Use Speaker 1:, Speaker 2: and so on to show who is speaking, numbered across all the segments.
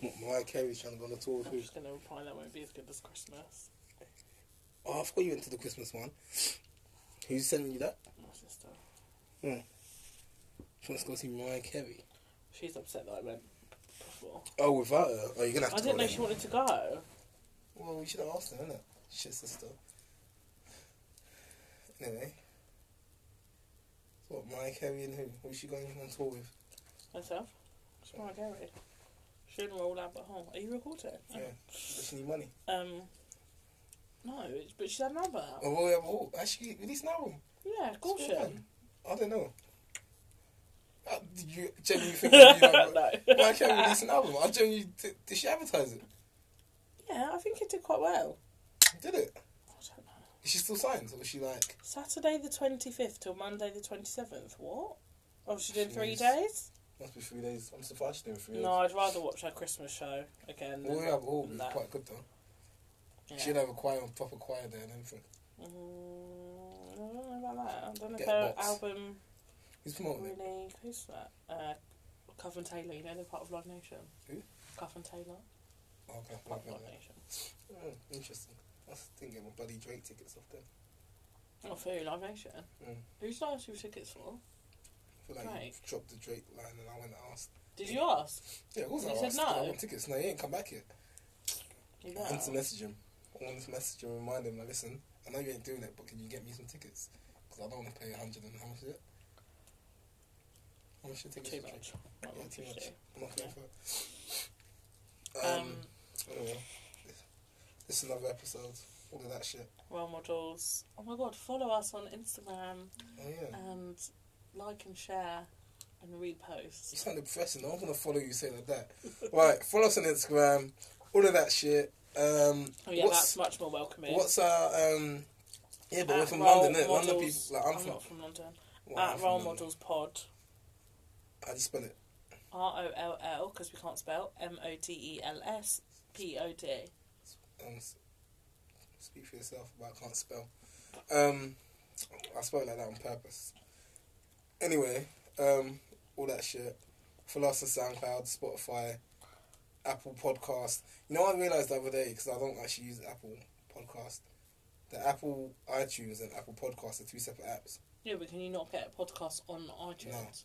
Speaker 1: What, Mariah Carey's trying to go on a tour with
Speaker 2: I'm
Speaker 1: who?
Speaker 2: just gonna reply that won't be as good as Christmas.
Speaker 1: Oh, I forgot you went to the Christmas one. Who's sending you that?
Speaker 2: My sister.
Speaker 1: She wants to go see Mariah Carey.
Speaker 2: She's upset that I went before.
Speaker 1: Oh, without her? Oh, you're going to have
Speaker 2: I
Speaker 1: to
Speaker 2: didn't
Speaker 1: go
Speaker 2: know
Speaker 1: then.
Speaker 2: she wanted to go.
Speaker 1: Well, we should have asked her, innit? Shit sister. Anyway. So what, Mariah Carey and who? Who's she going on tour with?
Speaker 2: Myself. It's Mariah Carey. She didn't roll out but home. Are you recording?
Speaker 1: Yeah. Does she need money?
Speaker 2: Um. No, it's- but she's had an album out.
Speaker 1: Oh, well, yeah, well, actually, release an album.
Speaker 2: Yeah,
Speaker 1: It's all
Speaker 2: caution.
Speaker 1: fine. I don't know. Uh, do you genuinely think that you know,
Speaker 2: no.
Speaker 1: Mariah Carey released an album? I genuinely, did, did she advertise it?
Speaker 2: Yeah, I think it did quite well.
Speaker 1: Did it?
Speaker 2: I don't know.
Speaker 1: Is she still signed? Or is she like...
Speaker 2: Saturday the 25th till Monday the 27th. What? Oh, she did three
Speaker 1: Jeez.
Speaker 2: days?
Speaker 1: Must be three days. I'm surprised she did three days.
Speaker 2: No, I'd rather watch her Christmas show again.
Speaker 1: Well,
Speaker 2: than-
Speaker 1: yeah, but all
Speaker 2: than
Speaker 1: was
Speaker 2: that.
Speaker 1: quite good though.
Speaker 2: Yeah.
Speaker 1: She'd have a choir, proper choir there and everything.
Speaker 2: Mm, I don't know about that. I don't know
Speaker 1: Get
Speaker 2: if
Speaker 1: a
Speaker 2: her
Speaker 1: box.
Speaker 2: album
Speaker 1: Who's promoting it?
Speaker 2: really who's that? Uh, Cuff and Taylor. You know they're part of Live Nation.
Speaker 1: Who?
Speaker 2: Cuff and Taylor.
Speaker 1: Okay,
Speaker 2: Part
Speaker 1: okay,
Speaker 2: of Live
Speaker 1: okay.
Speaker 2: Nation.
Speaker 1: Mm, interesting. I was thinking my bloody Drake tickets off them.
Speaker 2: Oh, for Live Nation.
Speaker 1: Mm.
Speaker 2: Who's not asking for tickets for?
Speaker 1: I feel like you
Speaker 2: Drake?
Speaker 1: dropped the Drake line and I went and asked.
Speaker 2: Did you ask?
Speaker 1: Yeah, of course I
Speaker 2: You said
Speaker 1: asked. I
Speaker 2: no.
Speaker 1: want tickets. No, he ain't come back yet.
Speaker 2: You
Speaker 1: I
Speaker 2: know.
Speaker 1: wanted to message him. I wanted to message him and remind him, like, listen, I know you ain't doing it, but can you get me some tickets? Because I don't want to pay a hundred and how much is it? How much are tickets?
Speaker 2: Too
Speaker 1: for Drake?
Speaker 2: much. Not
Speaker 1: Yeah,
Speaker 2: much
Speaker 1: too
Speaker 2: to
Speaker 1: much.
Speaker 2: do.
Speaker 1: I'm not paying
Speaker 2: Yeah.
Speaker 1: for it. Um,
Speaker 2: Um,
Speaker 1: anyway, this- this is another episode. All of that shit.
Speaker 2: role models. Oh my god! Follow us on Instagram
Speaker 1: Oh yeah.
Speaker 2: and like and share and
Speaker 1: You
Speaker 2: repost.
Speaker 1: sound depressing. I don't want to follow you saying like that. right, follow us on Instagram, all of that shit. Um,
Speaker 2: Oh yeah,
Speaker 1: what's
Speaker 2: that's much more welcoming.
Speaker 1: what's our um? Yeah, but we're
Speaker 2: At
Speaker 1: from
Speaker 2: Role
Speaker 1: London. Innit? London people.
Speaker 2: Models-
Speaker 1: Like I'm,
Speaker 2: I'm
Speaker 1: from.
Speaker 2: not from London.
Speaker 1: well, I'm
Speaker 2: At
Speaker 1: from
Speaker 2: role
Speaker 1: London.
Speaker 2: models pod.
Speaker 1: How do you spell it?
Speaker 2: R O L L because we can't spell M O D E L S P O D.
Speaker 1: Um, s- speak for yourself. But I can't spell. Um, I spell it like that on purpose. Anyway, um, all that shit. Follow us on SoundCloud, Spotify, Apple Podcast. You know, what I realized the other day because I don't actually use Apple Podcast. The Apple iTunes and Apple Podcast are two separate apps.
Speaker 2: Yeah, but can you not get a podcast on iTunes?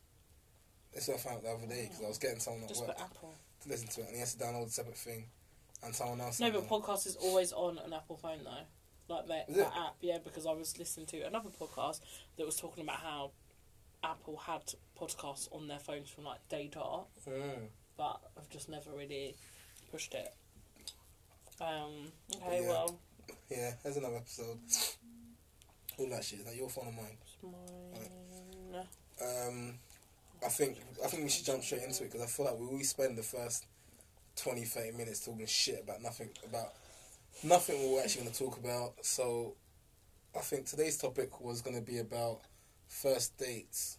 Speaker 1: That's what I found out the other day because I was getting someone at
Speaker 2: Just
Speaker 1: work
Speaker 2: put Apple.
Speaker 1: to listen to it, and he has to download a separate thing, and someone else.
Speaker 2: No, but
Speaker 1: downloaded
Speaker 2: podcast is always on an Apple phone though. Like that,
Speaker 1: Is
Speaker 2: that
Speaker 1: it?
Speaker 2: app, yeah, because I was listening to another podcast that was talking about how Apple had podcasts on their phones from like day dot,
Speaker 1: it. Mm.
Speaker 2: but I've just never really pushed it. Um, okay,
Speaker 1: Yeah.
Speaker 2: well,
Speaker 1: Yeah, there's another episode. All that shit. Is that your phone or mine?
Speaker 2: it's mine.
Speaker 1: Um, I think I think we should jump straight into it because I feel like we always spend the first 20, 30 minutes talking shit about nothing about nothing we're actually going to talk about. So I think today's topic was going to be about first dates.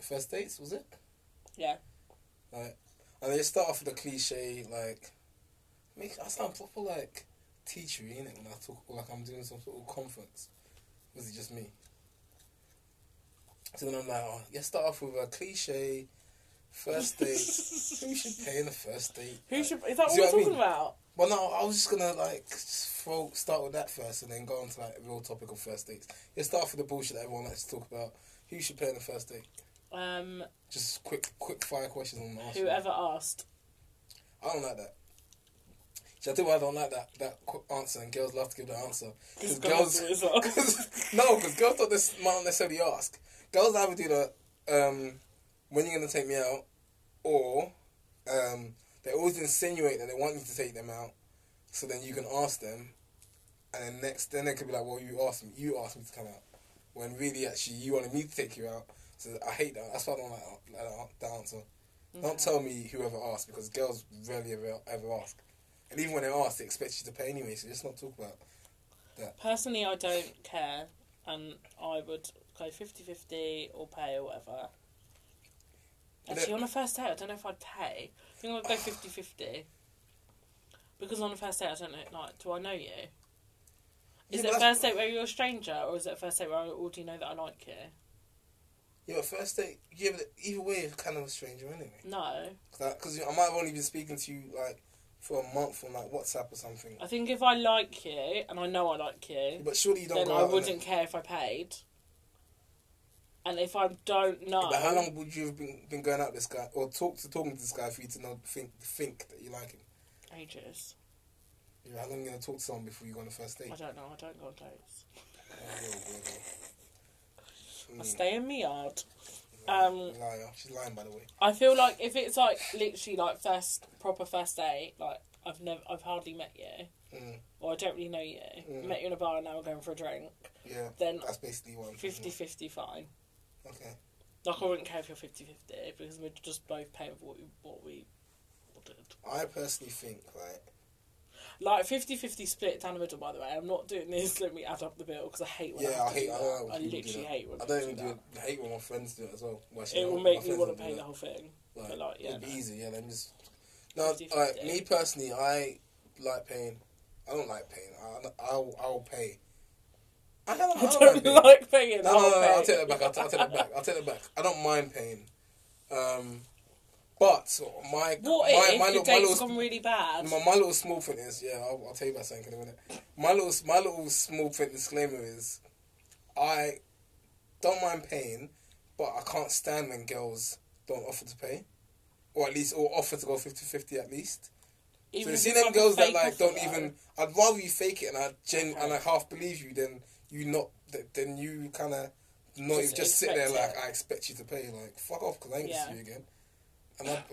Speaker 1: First dates was it?
Speaker 2: Yeah.
Speaker 1: Like, and they start off with a cliche like, make I sound proper like teachery in it when I talk like I'm doing some sort of conference. Was it just me? So then I'm like, oh, you start off with a cliche first date. Who should pay in the first date?
Speaker 2: Who
Speaker 1: Like,
Speaker 2: should? Is that
Speaker 1: see
Speaker 2: what
Speaker 1: what I
Speaker 2: we're talking
Speaker 1: mean?
Speaker 2: about?
Speaker 1: Well, no, I was just gonna like throw, start with that first, and then go on to like real topic of first dates. You start off with the bullshit that everyone likes to talk about. Who should pay in the first date?
Speaker 2: Um,
Speaker 1: Just quick, quick fire questions on the last one.
Speaker 2: whoever asked.
Speaker 1: I don't like that. See, I think why I don't like that that qu- answer, and girls love to give the answer. Because girls,
Speaker 2: do as well.
Speaker 1: cause, no, because girls don't this, might not necessarily ask. Girls either do the um, when you're gonna take me out, or um, they always insinuate that they want you to take them out, so then you can ask them, and then next then they could be like, well, you asked me, you asked me to come out, when really actually you wanted me to take you out. So I hate that. That's why I don't like, that- like that answer. Don't tell me whoever asked because girls rarely ever, ever ask. And even when they ask, they expect you to pay anyway, so just not talk about it.
Speaker 2: Personally, I don't care, and I would go 50-50 or pay or whatever.
Speaker 1: But
Speaker 2: Actually,
Speaker 1: it-
Speaker 2: on the first date, I don't know if I'd pay. I think I would go 50-50. Because on the first date, I don't know, like, do I know you?
Speaker 1: Yeah,
Speaker 2: Is
Speaker 1: but
Speaker 2: it a
Speaker 1: that's-
Speaker 2: first date where you're a stranger, or is it a first date where I already know that I like you?
Speaker 1: Yeah, but first date. Yeah, but either way, it's kind of a stranger anyway.
Speaker 2: No,
Speaker 1: Because I might have only been speaking to you like for a month on like WhatsApp or something.
Speaker 2: I think if I like you and I know I like you,
Speaker 1: But surely you don't
Speaker 2: then
Speaker 1: go
Speaker 2: I
Speaker 1: out on
Speaker 2: wouldn't
Speaker 1: it.
Speaker 2: care if I paid. And if I don't know,
Speaker 1: But how long would you have been, been going out with this guy or talk to talking to this guy for you to know think think that you like him?
Speaker 2: ages.
Speaker 1: You know, how long you gonna talk to someone before you go on the first date?
Speaker 2: I don't know. I don't go on dates.
Speaker 1: Oh, well, well, well.
Speaker 2: I
Speaker 1: Mm,
Speaker 2: stay in my yard.
Speaker 1: liar.
Speaker 2: um,
Speaker 1: liar. She's lying, by the way.
Speaker 2: I feel like if it's like literally like first proper first date, like I've never, I've hardly met you,
Speaker 1: Mm,
Speaker 2: or I don't really know you.
Speaker 1: Mm.
Speaker 2: Met you in a bar and now we're going for a drink.
Speaker 1: yeah,
Speaker 2: Then
Speaker 1: that's basically what I'm
Speaker 2: 50
Speaker 1: thinking.
Speaker 2: 50 fine.
Speaker 1: Okay.
Speaker 2: Like I wouldn't care if you're 50 50 because we're just both paying for what we, what we ordered.
Speaker 1: I personally think like
Speaker 2: Like 50 50 split down the middle, by the way. I'm not doing this, let me add up the bill because I hate when I
Speaker 1: yeah,
Speaker 2: have
Speaker 1: I
Speaker 2: to
Speaker 1: hate.
Speaker 2: do
Speaker 1: I,
Speaker 2: that.
Speaker 1: don't know
Speaker 2: I
Speaker 1: when people
Speaker 2: literally
Speaker 1: that.
Speaker 2: hate when
Speaker 1: I don't
Speaker 2: people
Speaker 1: even
Speaker 2: do
Speaker 1: do. it- I hate when my friends do it as well. Well,
Speaker 2: that.
Speaker 1: actually,
Speaker 2: It
Speaker 1: no,
Speaker 2: will
Speaker 1: my
Speaker 2: make me
Speaker 1: friends
Speaker 2: want
Speaker 1: don't
Speaker 2: to
Speaker 1: do
Speaker 2: pay
Speaker 1: that.
Speaker 2: the whole thing.
Speaker 1: Like,
Speaker 2: But, like, yeah,
Speaker 1: it'd be
Speaker 2: no.
Speaker 1: easy. Yeah, let me just. No,
Speaker 2: 50-50.
Speaker 1: like me personally, I like paying. I don't like paying. I, I'll I'll pay. I don't, I
Speaker 2: I
Speaker 1: don't
Speaker 2: don't
Speaker 1: pay.
Speaker 2: like paying.
Speaker 1: No,
Speaker 2: I'll
Speaker 1: no, no, no,
Speaker 2: pay.
Speaker 1: I'll take that back. I'll, t- I'll take that back. I'll take that back. I don't mind paying. Um, but sort of, my
Speaker 2: What
Speaker 1: my
Speaker 2: if
Speaker 1: my,
Speaker 2: the
Speaker 1: little, my,
Speaker 2: date's
Speaker 1: little,
Speaker 2: gone really bad?
Speaker 1: my, my little small print is yeah. I'll, I'll tell you about something in a minute. My little my little small print disclaimer is, I don't mind paying, but I can't stand when girls don't offer to pay, or at least or offer to go 50-50 at least. So
Speaker 2: Even
Speaker 1: you
Speaker 2: if
Speaker 1: see
Speaker 2: it's
Speaker 1: them
Speaker 2: like a
Speaker 1: girls that
Speaker 2: fake
Speaker 1: like
Speaker 2: offer,
Speaker 1: don't
Speaker 2: though.
Speaker 1: even. I'd rather you fake it and I gen
Speaker 2: Okay.
Speaker 1: and I half believe you than you not th- than you kind of not
Speaker 2: Just
Speaker 1: just, just sit there
Speaker 2: expect
Speaker 1: like
Speaker 2: it.
Speaker 1: I expect you to pay like fuck off because I ain't
Speaker 2: Yeah.
Speaker 1: gonna see you again. And, I,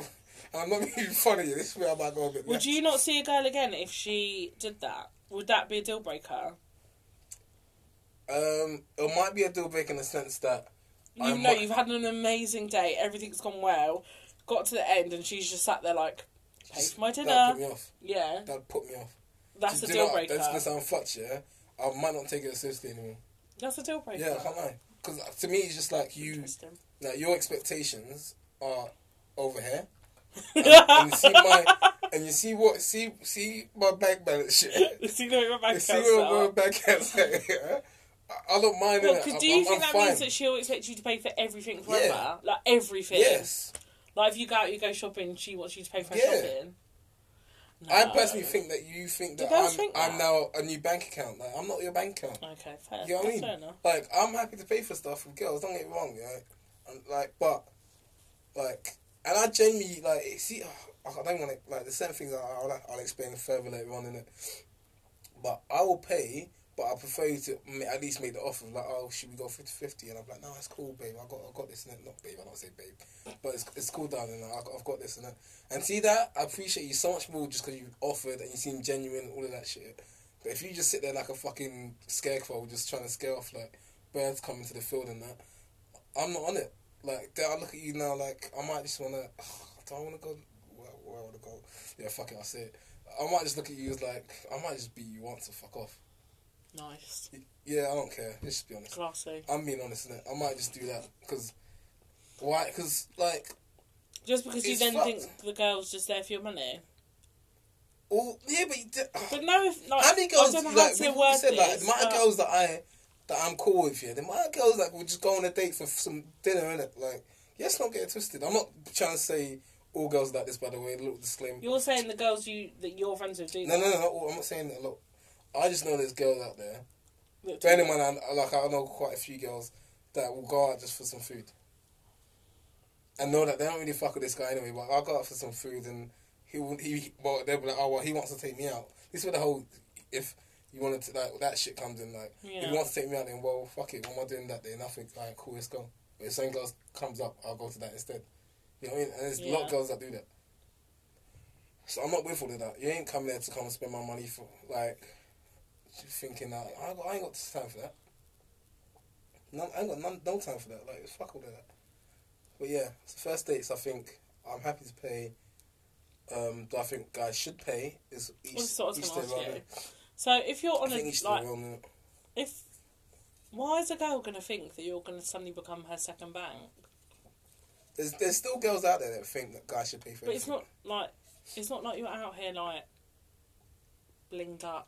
Speaker 1: and I'm not being funny. This is where I might go a bit.
Speaker 2: Would
Speaker 1: left.
Speaker 2: you not see a girl again if she did that? Would that be a deal breaker?
Speaker 1: Um, it might be a deal breaker in the sense that
Speaker 2: You
Speaker 1: I
Speaker 2: know,
Speaker 1: might-
Speaker 2: you've had an amazing day, everything's gone well, got to the end, and she's just sat there like, pay for my
Speaker 1: That put
Speaker 2: dinner.
Speaker 1: me off.
Speaker 2: Yeah,
Speaker 1: That put me off.
Speaker 2: that's
Speaker 1: Do
Speaker 2: a
Speaker 1: you know
Speaker 2: deal
Speaker 1: what?
Speaker 2: breaker.
Speaker 1: That's gonna sound fudge, yeah. I might not take it seriously anymore.
Speaker 2: That's a deal breaker.
Speaker 1: Yeah, I can't lie. Because to me, it's just like you,
Speaker 2: Interesting.
Speaker 1: like your expectations are over here. and, and you see my and you see what see see my bank balance shit.
Speaker 2: You see the way my
Speaker 1: You
Speaker 2: back
Speaker 1: see
Speaker 2: goes
Speaker 1: where my
Speaker 2: now.
Speaker 1: bank balance at, yeah? I, I don't mind
Speaker 2: Well,
Speaker 1: it.
Speaker 2: because
Speaker 1: I'm,
Speaker 2: do you
Speaker 1: I'm,
Speaker 2: think
Speaker 1: I'm
Speaker 2: that
Speaker 1: fine.
Speaker 2: means that she'll expect you to pay for everything forever? Like everything.
Speaker 1: Yes,
Speaker 2: Like if you go out, you go shopping, she wants you to pay for her
Speaker 1: Yeah.
Speaker 2: shopping.
Speaker 1: I
Speaker 2: No.
Speaker 1: personally think that you think
Speaker 2: Do
Speaker 1: that
Speaker 2: girls
Speaker 1: I'm
Speaker 2: think
Speaker 1: I'm
Speaker 2: that?
Speaker 1: now a new bank account. Like I'm not your bank account.
Speaker 2: Okay, fair.
Speaker 1: You know what I mean?
Speaker 2: That's fair enough.
Speaker 1: Like I'm happy to pay for stuff with girls. Don't get me wrong, right? And like, but like, and I genuinely like it- see. I don't want to like the same things. I- I'll, I'll explain further later on in it. But I will pay. But I prefer you to ma- at least make the offer. Like, oh, should we go 50-50? And I'm like, no, it's cool, babe. I got, I got this and that. Not babe. I don't say babe. But it's, it's cool, darling. Like, I've got- I've got this and that. And see that I appreciate you so much more just because you offered and you seem genuine, all of that shit. But if you just sit there like a fucking scarecrow, just trying to scare off like birds coming to the field and that, I'm not on it. Like, then I look at you now, like I might just wanna. do I wanna go? Where, where I wanna go? Yeah, fuck it, I'll say it. I might just look at you as like I might just beat you once and fuck off.
Speaker 2: Nice.
Speaker 1: Yeah, I don't care. Let's just be honest.
Speaker 2: Classy.
Speaker 1: I'm being honest in it. I might just do that because why? Because like
Speaker 2: Just because you
Speaker 1: It's
Speaker 2: then
Speaker 1: fucked.
Speaker 2: think the girl's just there for your money.
Speaker 1: all yeah, but you did,
Speaker 2: But no, if, like,
Speaker 1: How many girls
Speaker 2: I don't know how
Speaker 1: like
Speaker 2: to
Speaker 1: we
Speaker 2: word
Speaker 1: we said like
Speaker 2: this.
Speaker 1: the
Speaker 2: uh,
Speaker 1: amount of
Speaker 2: but
Speaker 1: girls that I that I'm cool with here, the amount of girls like will just go on a date for some dinner innit? Like, yes, not get it twisted. I'm not trying to say all girls like this by the way, little disclaimer.
Speaker 2: You're saying the girls you that your friends would do
Speaker 1: No,
Speaker 2: that.
Speaker 1: no, no, not all. I'm not saying that a lot. I just know there's girls out there.
Speaker 2: that do
Speaker 1: Bear in
Speaker 2: that.
Speaker 1: mind, I, like I know quite a few girls that will go out just for some food. And know that they don't really fuck with this guy anyway. But I'll go out for some food, and he will. He well, they'll be like, oh well, he wants to take me out. This is where the whole if you wanted to like that shit comes in. Like if
Speaker 2: Yeah.
Speaker 1: he wants to take me out, then well, fuck it. What am I doing that day? Nothing. Like cool, let's go. But if something else comes up, I'll go to that instead. You know what I mean? And there's a lot
Speaker 2: Yeah.
Speaker 1: of girls that do that. So I'm not with all of that. You ain't come there to come and spend my money for like thinking that I, ain't got- I ain't got time for that. None, I ain't got none, no time for that. Like fuck all of that. But yeah, so first dates. I think I'm happy to pay. Um, do I think guys should pay? Is each,
Speaker 2: Well, that's what I was
Speaker 1: each
Speaker 2: gonna
Speaker 1: their
Speaker 2: ask
Speaker 1: own.
Speaker 2: you. So if you're
Speaker 1: I
Speaker 2: on
Speaker 1: think
Speaker 2: a
Speaker 1: each
Speaker 2: like,
Speaker 1: their own. innit?
Speaker 2: if why is a girl gonna think that you're gonna suddenly become her second bank?
Speaker 1: There's there's still girls out there that think that guys should pay for.
Speaker 2: But it's
Speaker 1: everything.
Speaker 2: not like it's not like you're out here like blinged up,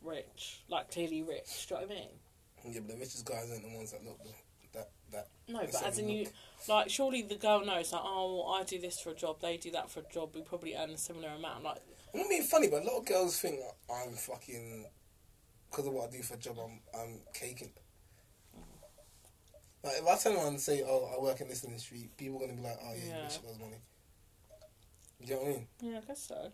Speaker 2: rich, like clearly rich. Do you know what I mean?
Speaker 1: Yeah, but the richest guys ain't the ones that look. though. that that.
Speaker 2: No,
Speaker 1: Let's
Speaker 2: but
Speaker 1: have
Speaker 2: as
Speaker 1: a
Speaker 2: in you,
Speaker 1: look.
Speaker 2: like, surely the girl knows, like, oh, well, I do this for a job, they do that for a job, we probably earn a similar amount. Like,
Speaker 1: I'm not being funny, but a lot of girls think I'm fucking because of what I do for a job. I'm I'm caking. Like if I turn around and say, "Oh, I work in this industry," people are gonna be like, "Oh yeah,
Speaker 2: Yeah.
Speaker 1: yeah. she does money." Do you know what I mean?
Speaker 2: yeah, I guess so.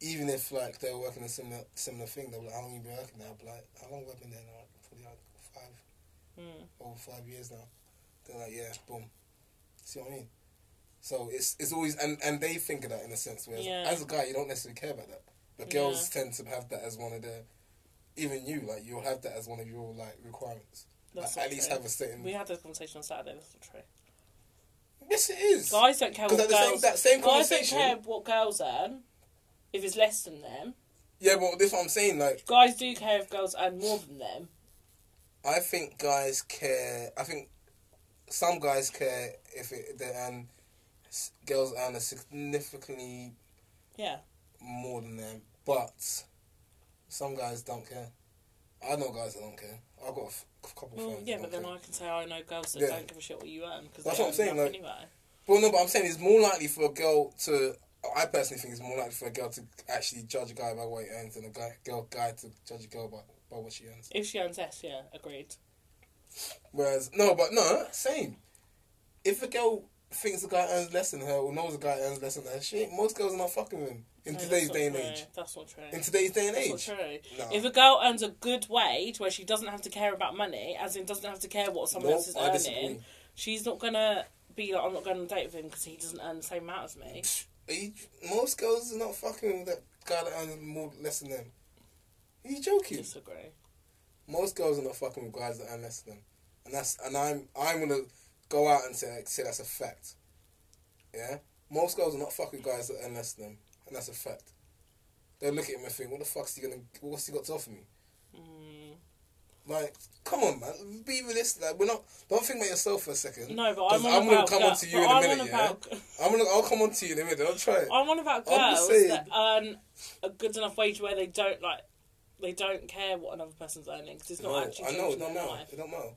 Speaker 1: Even if like they were working a similar similar thing, they're like, "How long you been working there?" I'll be like, "How long have I been there now? Probably like five
Speaker 2: Mm.
Speaker 1: over five years now." They're like, "Yeah, boom." See what I mean? So it's it's always and and they think of that in a sense. Whereas
Speaker 2: Yeah.
Speaker 1: as a guy, you don't necessarily care about that, but girls tend to have that as one of their. Even you, like you'll have that as one of your like requirements.
Speaker 2: That's
Speaker 1: like,
Speaker 2: not
Speaker 1: at least
Speaker 2: true.
Speaker 1: have a certain.
Speaker 2: We had this conversation on Saturday, that's not true.
Speaker 1: Yes, it is.
Speaker 2: Guys don't care
Speaker 1: 'Cause
Speaker 2: what
Speaker 1: at the same-
Speaker 2: girls...
Speaker 1: that same
Speaker 2: guys don't
Speaker 1: conversation-
Speaker 2: care what girls earn, if it's less than them.
Speaker 1: Yeah, but this is what I'm saying. Like,
Speaker 2: Guys do care if girls earn more than them.
Speaker 1: I think guys care. I think some guys care if it, they earn s- girls earn a significantly
Speaker 2: Yeah.
Speaker 1: more than them, but some guys don't care. I know guys that don't care. I've got a f- couple of
Speaker 2: Well,
Speaker 1: friends.
Speaker 2: yeah,
Speaker 1: that
Speaker 2: but
Speaker 1: don't
Speaker 2: then
Speaker 1: care.
Speaker 2: I can say I know girls that
Speaker 1: Yeah.
Speaker 2: don't give a shit what you earn because
Speaker 1: That's
Speaker 2: they
Speaker 1: what I'm
Speaker 2: earn
Speaker 1: saying,
Speaker 2: enough
Speaker 1: like-
Speaker 2: anyway.
Speaker 1: Well, no, but I'm saying it's more likely for a girl to. I personally think it's more likely for a girl to actually judge a guy by what he earns than a guy, girl guy to judge a girl by, by what she earns.
Speaker 2: If she earns less, yeah, agreed.
Speaker 1: Whereas, no, but no, same. If a girl thinks a guy earns less than her or knows a guy earns less than her, she ain't, most girls are not fucking with him in
Speaker 2: No,
Speaker 1: today's
Speaker 2: that's
Speaker 1: day and
Speaker 2: not
Speaker 1: age.
Speaker 2: true. That's not true.
Speaker 1: In today's day and
Speaker 2: That's not
Speaker 1: age. Ah.
Speaker 2: true.
Speaker 1: No.
Speaker 2: If a girl earns a good wage where she doesn't have to care about money, as in doesn't have to care what someone
Speaker 1: Nope,
Speaker 2: else is
Speaker 1: I disagree.
Speaker 2: earning, she's not gonna be like, I'm not going on a date with him because he doesn't earn the same amount as me.
Speaker 1: Are you, most girls are not fucking with that guy that earns more less than them. Are you joking?
Speaker 2: Disagree.
Speaker 1: Most girls are not fucking with guys that earn less than them, and that's and I'm I'm gonna go out and say like, say that's a fact. Yeah, most girls are not fucking with guys that earn less than them, and that's a fact. They'll look at him and think, "What the fuck's he gonna? What's he got to offer me?"
Speaker 2: Mm.
Speaker 1: Like, come on, man, be realistic. Like, we're not. Don't think about yourself for a second.
Speaker 2: No, but
Speaker 1: 'Cause
Speaker 2: I'm on
Speaker 1: I'm gonna
Speaker 2: about
Speaker 1: come
Speaker 2: girl-
Speaker 1: on to you
Speaker 2: but
Speaker 1: in a
Speaker 2: I'm
Speaker 1: minute,
Speaker 2: on
Speaker 1: yeah?
Speaker 2: about-
Speaker 1: I'm gonna. I'll come on to you in a minute. I'll try it.
Speaker 2: I'm on about
Speaker 1: I'm just
Speaker 2: girls that earn a good enough wage where they don't like they don't care what another person's earning because it's not
Speaker 1: No,
Speaker 2: actually
Speaker 1: I know it
Speaker 2: changing
Speaker 1: don't
Speaker 2: their
Speaker 1: matter.
Speaker 2: life.
Speaker 1: It don't matter.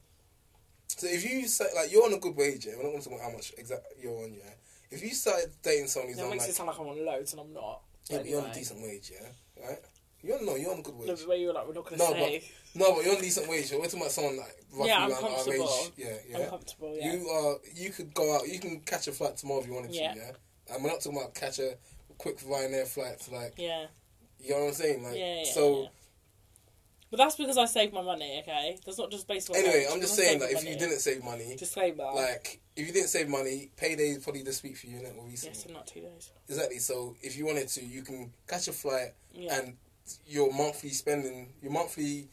Speaker 1: So if you say like you're on a good wage, yeah, we're not going to talk about how much exact you're on, yeah. If you started dating someone who's
Speaker 2: That
Speaker 1: on
Speaker 2: makes
Speaker 1: like
Speaker 2: it sound like I'm on loads and I'm not.
Speaker 1: yeah, but you're on a
Speaker 2: Anyway.
Speaker 1: decent wage, yeah, right? You're no, you're on a good wage.
Speaker 2: No, but where you were like, we're not going to
Speaker 1: No,
Speaker 2: say
Speaker 1: No, but you're on a decent wage. But we're talking about someone like roughly
Speaker 2: Yeah, I'm
Speaker 1: around our
Speaker 2: comfortable.
Speaker 1: age. Yeah, yeah.
Speaker 2: uncomfortable. Yeah.
Speaker 1: You are. You could go out. You can catch a flight tomorrow if you wanted
Speaker 2: Yeah.
Speaker 1: to. Yeah. And we're not talking about catch a quick Ryanair flight to like.
Speaker 2: yeah.
Speaker 1: You know what I'm saying? Like.
Speaker 2: yeah, yeah,
Speaker 1: so
Speaker 2: yeah. But that's because I saved my money, okay? That's not just based on.
Speaker 1: anyway,
Speaker 2: age,
Speaker 1: I'm just
Speaker 2: because I
Speaker 1: saying
Speaker 2: saved
Speaker 1: that
Speaker 2: my
Speaker 1: if you
Speaker 2: money.
Speaker 1: didn't save money,
Speaker 2: disclaimer,
Speaker 1: like if you didn't save money, payday is probably this week for you, innit? Or recently.
Speaker 2: yes, in not two days.
Speaker 1: Exactly. So if you wanted to, you can catch a flight
Speaker 2: Yeah,
Speaker 1: and your monthly spending, your monthly,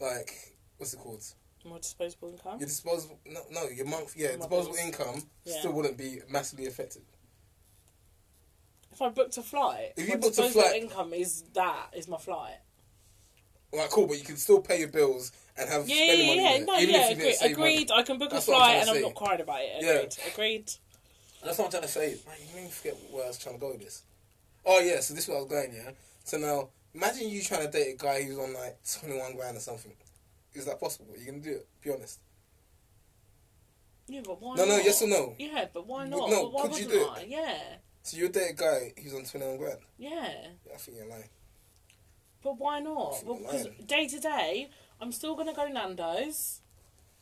Speaker 1: like what's it called?
Speaker 2: more disposable income.
Speaker 1: Your disposable no, no your month yeah
Speaker 2: Monthly.
Speaker 1: disposable income
Speaker 2: Yeah.
Speaker 1: still wouldn't be massively affected.
Speaker 2: If I booked a flight,
Speaker 1: If
Speaker 2: my
Speaker 1: you booked a
Speaker 2: disposable
Speaker 1: flight-
Speaker 2: income is that is my flight.
Speaker 1: Like cool, but you can still pay your bills and have
Speaker 2: Yeah,
Speaker 1: spending
Speaker 2: yeah,
Speaker 1: money.
Speaker 2: yeah.
Speaker 1: in it,
Speaker 2: No,
Speaker 1: even
Speaker 2: yeah.
Speaker 1: if you didn't
Speaker 2: Agree,
Speaker 1: save money.
Speaker 2: agreed. I can book
Speaker 1: That's
Speaker 2: a
Speaker 1: what I'm
Speaker 2: flight
Speaker 1: trying
Speaker 2: and
Speaker 1: to
Speaker 2: I'm
Speaker 1: say.
Speaker 2: not crying about it.
Speaker 1: Yeah.
Speaker 2: Agreed. Agreed.
Speaker 1: That's what I'm trying to say. Man, you really forget where I was trying to go with this. Oh yeah, so this is where I was going. Yeah. So now imagine you trying to date a guy who's on like twenty one grand or something. Is that possible? Are you gonna do it? Be honest.
Speaker 2: Yeah, but why
Speaker 1: No,
Speaker 2: not?
Speaker 1: no, yes or no.
Speaker 2: Yeah, but why
Speaker 1: No,
Speaker 2: not?
Speaker 1: no,
Speaker 2: but why
Speaker 1: could you
Speaker 2: wouldn't
Speaker 1: do
Speaker 2: I? Yeah,
Speaker 1: So you date a guy who's on twenty one grand.
Speaker 2: yeah.
Speaker 1: I think you're lying.
Speaker 2: But why not?
Speaker 1: Fucking
Speaker 2: Well, because
Speaker 1: lying.
Speaker 2: day to day, I'm still going to go Nando's.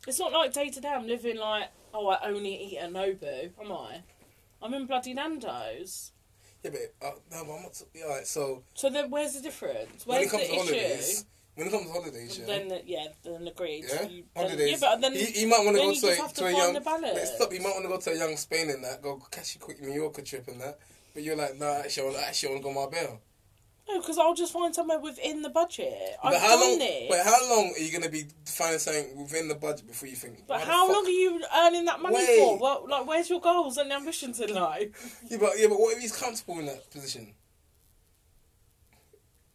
Speaker 2: It's not like day to day I'm living like, oh, I only eat at Nobu, am I? I'm in bloody Nando's.
Speaker 1: Yeah, but uh, no, but I'm not. Yeah, alright, so
Speaker 2: So then where's the difference?
Speaker 1: when it
Speaker 2: Where's
Speaker 1: comes
Speaker 2: the
Speaker 1: to
Speaker 2: issue?
Speaker 1: holidays, when it comes to holidays, yeah,
Speaker 2: Then, yeah, then agreed.
Speaker 1: yeah,
Speaker 2: You- then-
Speaker 1: holidays.
Speaker 2: yeah, but then,
Speaker 1: he, he might want to
Speaker 2: then
Speaker 1: go
Speaker 2: you
Speaker 1: to,
Speaker 2: just
Speaker 1: a-
Speaker 2: have to
Speaker 1: to a
Speaker 2: find
Speaker 1: young.
Speaker 2: the balance.
Speaker 1: Wait, stop. He might want to go to a young Spain and that. Go catch a quick Mallorca trip and that. But you're like, nah, actually, I wanna- actually, I want to go Marbella.
Speaker 2: no, because I'll just find somewhere within the budget.
Speaker 1: But
Speaker 2: I've
Speaker 1: how
Speaker 2: done
Speaker 1: long?
Speaker 2: this.
Speaker 1: But how long are you gonna be finding something within the budget before you think?
Speaker 2: But
Speaker 1: why the
Speaker 2: how
Speaker 1: fuck-
Speaker 2: long are you earning that money
Speaker 1: Wait.
Speaker 2: for? Well, like, where's your goals and ambitions in life?
Speaker 1: Yeah, but yeah, but what if he's comfortable in that position?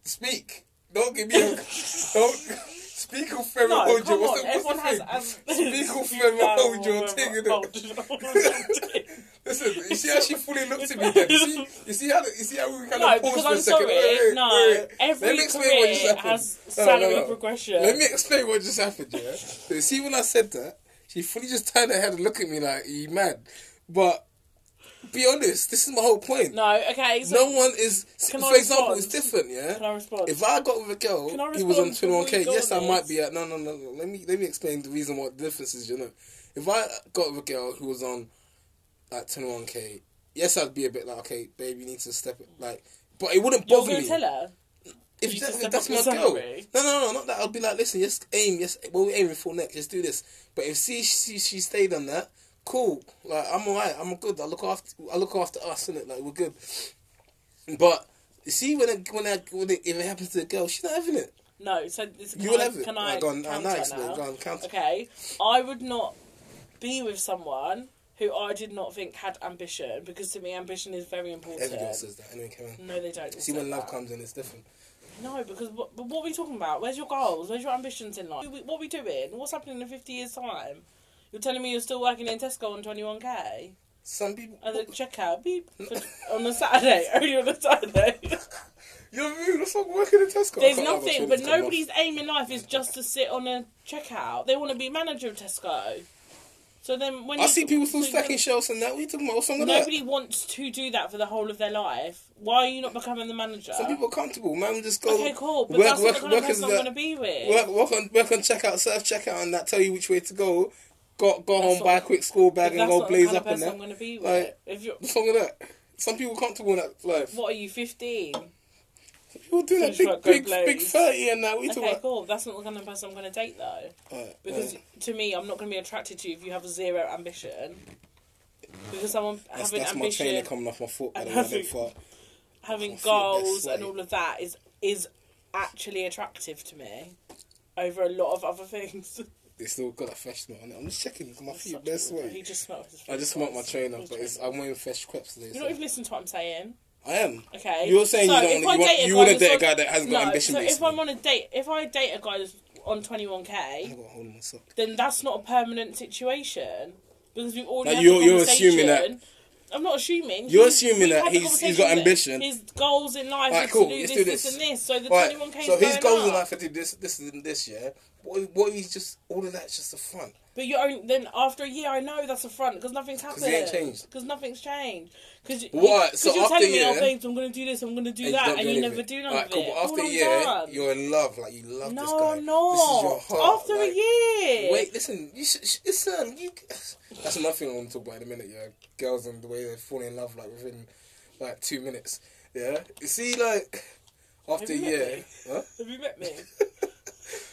Speaker 1: Speak. Don't give me. A, don't speak or fair
Speaker 2: No,
Speaker 1: hold you.
Speaker 2: come
Speaker 1: What's
Speaker 2: on.
Speaker 1: the,
Speaker 2: Everyone
Speaker 1: what's
Speaker 2: has
Speaker 1: the
Speaker 2: am-
Speaker 1: thing? Speak or fair hold your thing. innit? Listen, you see how she fully looked at me. Then you see, you see how the- you see how we kind
Speaker 2: No,
Speaker 1: of paused
Speaker 2: because
Speaker 1: for a
Speaker 2: I'm
Speaker 1: second.
Speaker 2: sorry.
Speaker 1: Wait, wait,
Speaker 2: no,
Speaker 1: wait. Let me
Speaker 2: every
Speaker 1: explain what just
Speaker 2: career
Speaker 1: happened.
Speaker 2: has
Speaker 1: No, no,
Speaker 2: salary
Speaker 1: no.
Speaker 2: progression.
Speaker 1: Let me explain what just happened, yeah? So you see when I said that, She fully just turned her head and looked at me like, you mad? But be honest, this is my whole point. No,
Speaker 2: No, okay. So
Speaker 1: one is.
Speaker 2: Can I
Speaker 1: for example,
Speaker 2: respond?
Speaker 1: it's different, yeah?
Speaker 2: Can I respond?
Speaker 1: If I got with a girl
Speaker 2: Can I
Speaker 1: who was on
Speaker 2: respond
Speaker 1: twenty one k,
Speaker 2: before you
Speaker 1: yes,
Speaker 2: go
Speaker 1: I
Speaker 2: on
Speaker 1: might
Speaker 2: this?
Speaker 1: be at no, no, no, no. Let me let me explain the reason what the difference is. You know, if I got with a girl who was on like twenty one k, yes, I'd be a bit like, okay, babe, you need to step it, like, but it wouldn't
Speaker 2: You're
Speaker 1: bother
Speaker 2: going
Speaker 1: me
Speaker 2: to tell her?
Speaker 1: if
Speaker 2: You
Speaker 1: that,
Speaker 2: just
Speaker 1: if that's
Speaker 2: step
Speaker 1: my
Speaker 2: up your
Speaker 1: girl.
Speaker 2: salary.
Speaker 1: No, no, no, not that. I'll be like, listen, yes, aim, yes. Well, we're aiming for next. Let's do this. But if she she, she stayed on that, cool. Like I'm alright. I'm good. I look after I look after us, innit? Like we're good. But you see, when it, when I, when it, if it happens to a girl, she's not having it.
Speaker 2: No, so this can
Speaker 1: You will
Speaker 2: I,
Speaker 1: have it.
Speaker 2: Can
Speaker 1: Right,
Speaker 2: I
Speaker 1: go on, now,
Speaker 2: counter
Speaker 1: now explain,
Speaker 2: now?
Speaker 1: go on, counter.
Speaker 2: Okay, I would not be with someone who I did not think had ambition because to me ambition is very important.
Speaker 1: Every girl says that. Anyway, Kevin.
Speaker 2: No, they don't.
Speaker 1: See,
Speaker 2: It's
Speaker 1: when
Speaker 2: like
Speaker 1: love
Speaker 2: that.
Speaker 1: comes in, it's different.
Speaker 2: No, because what, but what are we talking about? Where's your goals? Where's your ambitions in life? What are we doing? What's happening in 50 years' time? You're telling me you're still working in Tesco on 21k?
Speaker 1: Some people.
Speaker 2: At the checkout, beep, for- on the Saturday, only on the Saturday.
Speaker 1: You're rude. That's not working in Tesco.
Speaker 2: There's
Speaker 1: I can't have my
Speaker 2: nothing,
Speaker 1: shoulders
Speaker 2: but
Speaker 1: come off.
Speaker 2: nobody's aim in life is just to sit on a checkout. They want to be manager of Tesco. So then when
Speaker 1: I
Speaker 2: you-
Speaker 1: see people still
Speaker 2: so you-
Speaker 1: stacking shelves and that. We talking about something like that.
Speaker 2: Nobody wants to do that for the whole of their life. Why are you not becoming the manager?
Speaker 1: Some people are comfortable. Man, just go.
Speaker 2: okay, cool, but
Speaker 1: work-
Speaker 2: that's
Speaker 1: work-
Speaker 2: not the kind
Speaker 1: work
Speaker 2: of
Speaker 1: is
Speaker 2: person I'm
Speaker 1: that-
Speaker 2: going to be with.
Speaker 1: Work, work on work on checkout, self checkout, and that tell you which way to go. Go go home,
Speaker 2: not-
Speaker 1: buy a quick school
Speaker 2: If
Speaker 1: bag, and
Speaker 2: that's
Speaker 1: go
Speaker 2: not
Speaker 1: blaze
Speaker 2: the kind
Speaker 1: up
Speaker 2: of
Speaker 1: and
Speaker 2: person I'm
Speaker 1: that.
Speaker 2: going to be with.
Speaker 1: Like-
Speaker 2: if you're,
Speaker 1: What's wrong with that? Some people comfortable in that life.
Speaker 2: what are you, 15?
Speaker 1: People do that
Speaker 2: Just
Speaker 1: big
Speaker 2: like go
Speaker 1: big
Speaker 2: blaze.
Speaker 1: big thirty and that. We talk
Speaker 2: Okay,
Speaker 1: about
Speaker 2: cool. That's not the kind of person I'm going to date, though.
Speaker 1: Alright,
Speaker 2: Because
Speaker 1: alright.
Speaker 2: to me, I'm not going to be attracted to you if you have zero ambition. Because someone
Speaker 1: that's,
Speaker 2: having
Speaker 1: that's my
Speaker 2: ambition,
Speaker 1: trainer coming off my foot. By
Speaker 2: and
Speaker 1: the way, I
Speaker 2: having-
Speaker 1: don't fart.
Speaker 2: having
Speaker 1: feel
Speaker 2: goals,
Speaker 1: this
Speaker 2: and
Speaker 1: way.
Speaker 2: all of that is is actually attractive to me over a lot of other things.
Speaker 1: They still got a fresh smell on it. I'm just checking. it's My
Speaker 2: Such
Speaker 1: feet
Speaker 2: a
Speaker 1: best
Speaker 2: weirdo. He
Speaker 1: way.
Speaker 2: just smelled his
Speaker 1: I just
Speaker 2: feet
Speaker 1: smelt my
Speaker 2: once.
Speaker 1: trainer,
Speaker 2: His
Speaker 1: but it's,
Speaker 2: trainer.
Speaker 1: I'm wearing fresh crepes today.
Speaker 2: You're not
Speaker 1: So.
Speaker 2: even listening to what I'm saying.
Speaker 1: I am.
Speaker 2: Okay.
Speaker 1: You're saying
Speaker 2: So
Speaker 1: you don't
Speaker 2: if I
Speaker 1: want, you want,
Speaker 2: date a
Speaker 1: you
Speaker 2: guy
Speaker 1: want to
Speaker 2: that's
Speaker 1: date a
Speaker 2: on-
Speaker 1: guy that hasn't got
Speaker 2: no,
Speaker 1: ambition.
Speaker 2: So if
Speaker 1: basically.
Speaker 2: I'm on a date, if I date a guy that's on 21k,
Speaker 1: I've got a hole in my sock.
Speaker 2: then that's not a permanent situation because we've already.
Speaker 1: Like,
Speaker 2: had
Speaker 1: you're-
Speaker 2: the
Speaker 1: you're assuming that-
Speaker 2: conversation. I'm not assuming.
Speaker 1: You're
Speaker 2: He's-
Speaker 1: assuming
Speaker 2: we've
Speaker 1: that
Speaker 2: had the
Speaker 1: he's- he's
Speaker 2: conversation
Speaker 1: got
Speaker 2: that
Speaker 1: ambition.
Speaker 2: His goals in life
Speaker 1: Alright,
Speaker 2: is
Speaker 1: cool,
Speaker 2: to do
Speaker 1: let's
Speaker 2: this,
Speaker 1: do
Speaker 2: this,
Speaker 1: this.
Speaker 2: and this. So the
Speaker 1: Right,
Speaker 2: 21k
Speaker 1: so
Speaker 2: is
Speaker 1: his
Speaker 2: going
Speaker 1: goals
Speaker 2: up.
Speaker 1: in life are to do this, this, and this. Yeah, what, what he's just all of that's just a front.
Speaker 2: But you only then after a year, I know that's a front because nothing's happened.
Speaker 1: he ain't changed.
Speaker 2: Because nothing's changed. Because
Speaker 1: What? So
Speaker 2: you're
Speaker 1: after
Speaker 2: telling
Speaker 1: a
Speaker 2: me, oh,
Speaker 1: year-
Speaker 2: babes, I'm going to do this, I'm going to do that, and you never do none
Speaker 1: Alright,
Speaker 2: of
Speaker 1: cool,
Speaker 2: it.
Speaker 1: But after
Speaker 2: All
Speaker 1: a
Speaker 2: I'm
Speaker 1: year,
Speaker 2: done.
Speaker 1: you're in love. Like you love this
Speaker 2: no,
Speaker 1: guy.
Speaker 2: I'm
Speaker 1: This is your
Speaker 2: not.
Speaker 1: heart.
Speaker 2: After
Speaker 1: like-
Speaker 2: a year.
Speaker 1: Wait, listen. You should, sh listen. You. That's another thing I want to talk about in a minute. Yeah, girls and the way they fall in love like within like two minutes. Yeah, you see, like after a
Speaker 2: Have you met
Speaker 1: year.
Speaker 2: me?
Speaker 1: Huh?
Speaker 2: Have you met me?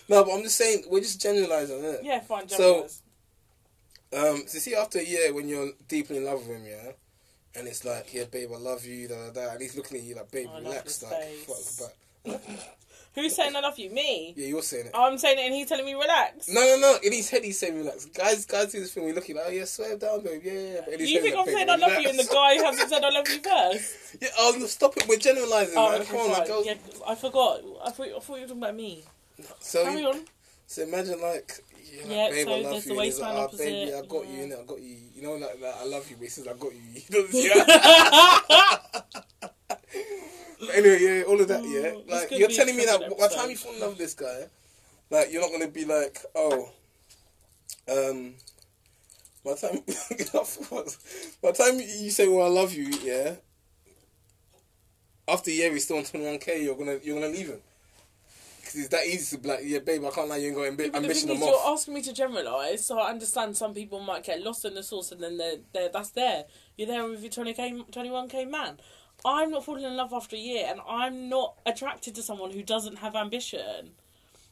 Speaker 1: No, but I'm just saying we're just generalizing it.
Speaker 2: Yeah, fine.
Speaker 1: So-
Speaker 2: So,
Speaker 1: Um, so see, after a year when you're deeply in love with him, yeah, and it's like, yeah, babe, I love you, da da da, and he's looking at you like, babe,
Speaker 2: Oh, I love
Speaker 1: relax,
Speaker 2: your
Speaker 1: like,
Speaker 2: face.
Speaker 1: fuck,
Speaker 2: who's saying I love you? Me.
Speaker 1: but yeah, you're saying it.
Speaker 2: I'm saying it, and he's telling me relax.
Speaker 1: No, no, no. In his head, he's saying relax. Guys, guys do this thing. We're looking like, oh yeah, swear down, babe, yeah, yeah. yeah. But in his
Speaker 2: You
Speaker 1: head,
Speaker 2: think
Speaker 1: he's
Speaker 2: I'm
Speaker 1: like,
Speaker 2: saying I
Speaker 1: "Babe,
Speaker 2: love you, and the
Speaker 1: relax."
Speaker 2: guy hasn't said I love you first?
Speaker 1: Yeah, oh, no, stop it. We're generalizing.
Speaker 2: Oh,
Speaker 1: man.
Speaker 2: okay,
Speaker 1: Come on, like,
Speaker 2: fine.
Speaker 1: girls.
Speaker 2: Yeah, I forgot. I thought, I thought you were talking about me.
Speaker 1: So,
Speaker 2: Carry
Speaker 1: Oh, you,
Speaker 2: on.
Speaker 1: so imagine like, you're like,
Speaker 2: Yeah,
Speaker 1: babe,
Speaker 2: so
Speaker 1: I love
Speaker 2: there's the
Speaker 1: you. and he's like,
Speaker 2: waistline
Speaker 1: oh, babe,
Speaker 2: opposite,
Speaker 1: yeah, I got
Speaker 2: yeah.
Speaker 1: you, innit? I got you. You know, like, like I love you, but he says, I got you. He doesn't see that. But anyway, yeah, all of that, yeah.
Speaker 2: Oh, this
Speaker 1: Like
Speaker 2: could
Speaker 1: you're
Speaker 2: be a
Speaker 1: telling me that
Speaker 2: triple
Speaker 1: by the
Speaker 2: episode.
Speaker 1: time you fall in love with this guy, like you're not gonna be like, oh, um, by the time by the time you say, well, I love you, yeah. After a year, he's still on twenty one k. You're gonna you're gonna leave him because it's that easy to be like, yeah, babe, I can't lie, you ain't got ambi-
Speaker 2: But the
Speaker 1: ambition.
Speaker 2: thing is,
Speaker 1: I'm
Speaker 2: you're
Speaker 1: off.
Speaker 2: asking me to generalise, so I understand some people might get lost in the sauce, and then they're, they're that's there. You're there with your 20k, 21k man. I'm not falling in love after a year, and I'm not attracted to someone who doesn't have ambition.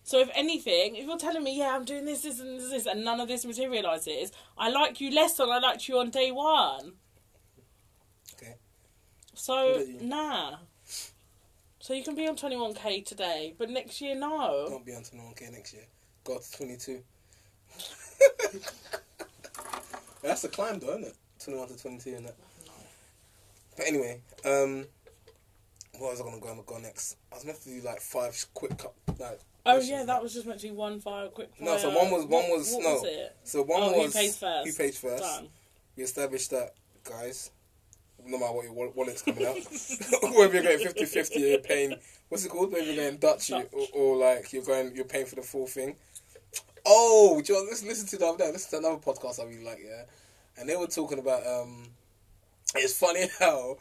Speaker 2: So if anything, if you're telling me, yeah, I'm doing this, this, and this, this, and none of this materialises, I like you less than I liked you on day one.
Speaker 1: Okay. What
Speaker 2: So
Speaker 1: about you?
Speaker 2: nah. So you can be on 21k today, but next year no.
Speaker 1: Don't be on twenty one k next year. Go to twenty two. That's the climb, though, isn't it? Twenty one to twenty two, and that. But anyway, um, what was I gonna go on go next? I was meant to do like five sh- quick cup, like.
Speaker 2: Oh
Speaker 1: questions.
Speaker 2: yeah, that was just meant to be one fire quick.
Speaker 1: No, so
Speaker 2: fire.
Speaker 1: one was- one
Speaker 2: Oh, What-
Speaker 1: was-
Speaker 2: what
Speaker 1: no.
Speaker 2: was it?
Speaker 1: So one
Speaker 2: Oh, who
Speaker 1: was
Speaker 2: pays first?
Speaker 1: Who pays first?
Speaker 2: Done.
Speaker 1: We established that, guys. No matter what your wal- wallet's coming out, whether you're going 50-50 or you're paying, what's it called? Whether you're going Dutch, you-
Speaker 2: Dutch.
Speaker 1: Or, or like you're going, you're paying for the full thing. Oh, do you want listen listen to the other listen to another podcast I really like, yeah. And they were talking about um it's funny how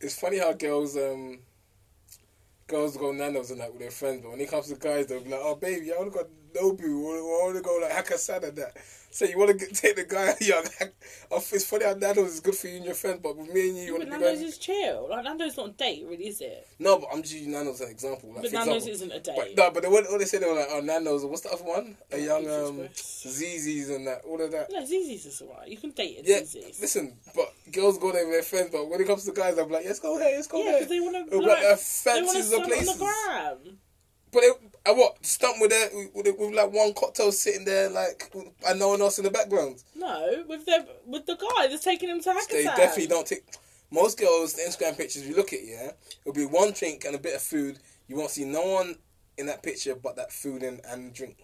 Speaker 1: it's funny how girls um girls go nanos and that with their friends, but when it comes to guys they'll be like, Oh baby, I wanna go Nobu, I wanna go like Hakasad and that. So you wanna get, take the guy young it's funny how nanos is good for you and your friends, but with me and you, you
Speaker 2: but
Speaker 1: wanna be
Speaker 2: Nando's
Speaker 1: going
Speaker 2: is chill. Like Nando's not a date, really, is it?
Speaker 1: No, but I'm just using nanos as an example. Like,
Speaker 2: But
Speaker 1: for
Speaker 2: Nando's
Speaker 1: example.
Speaker 2: isn't a date.
Speaker 1: But, no, but they were, all they said they were like, oh, Nando's. What's the other one? A young
Speaker 2: Jesus
Speaker 1: um,
Speaker 2: Christ.
Speaker 1: ZZ's and that, all of that.
Speaker 2: No, Zizi's is alright. You can date at
Speaker 1: Yeah,
Speaker 2: Zizi's.
Speaker 1: listen, but girls go there with their friends, but when it comes to guys, I'm like, let's go here, let's go
Speaker 2: Yeah,
Speaker 1: here.
Speaker 2: because they want to.
Speaker 1: We've
Speaker 2: Like,
Speaker 1: got their
Speaker 2: they
Speaker 1: fences
Speaker 2: want to
Speaker 1: of
Speaker 2: stump on
Speaker 1: places.
Speaker 2: the gram.
Speaker 1: But they, I what, stumped with, their, with, with, like one cocktail sitting there, like, and no one else in the background.
Speaker 2: No, with the with the guy that's taking him to Hackett's.
Speaker 1: They definitely don't take. Most girls, the Instagram pictures you look at, yeah, it'll be one drink and a bit of food. You won't see no one in that picture but that food and, and drink.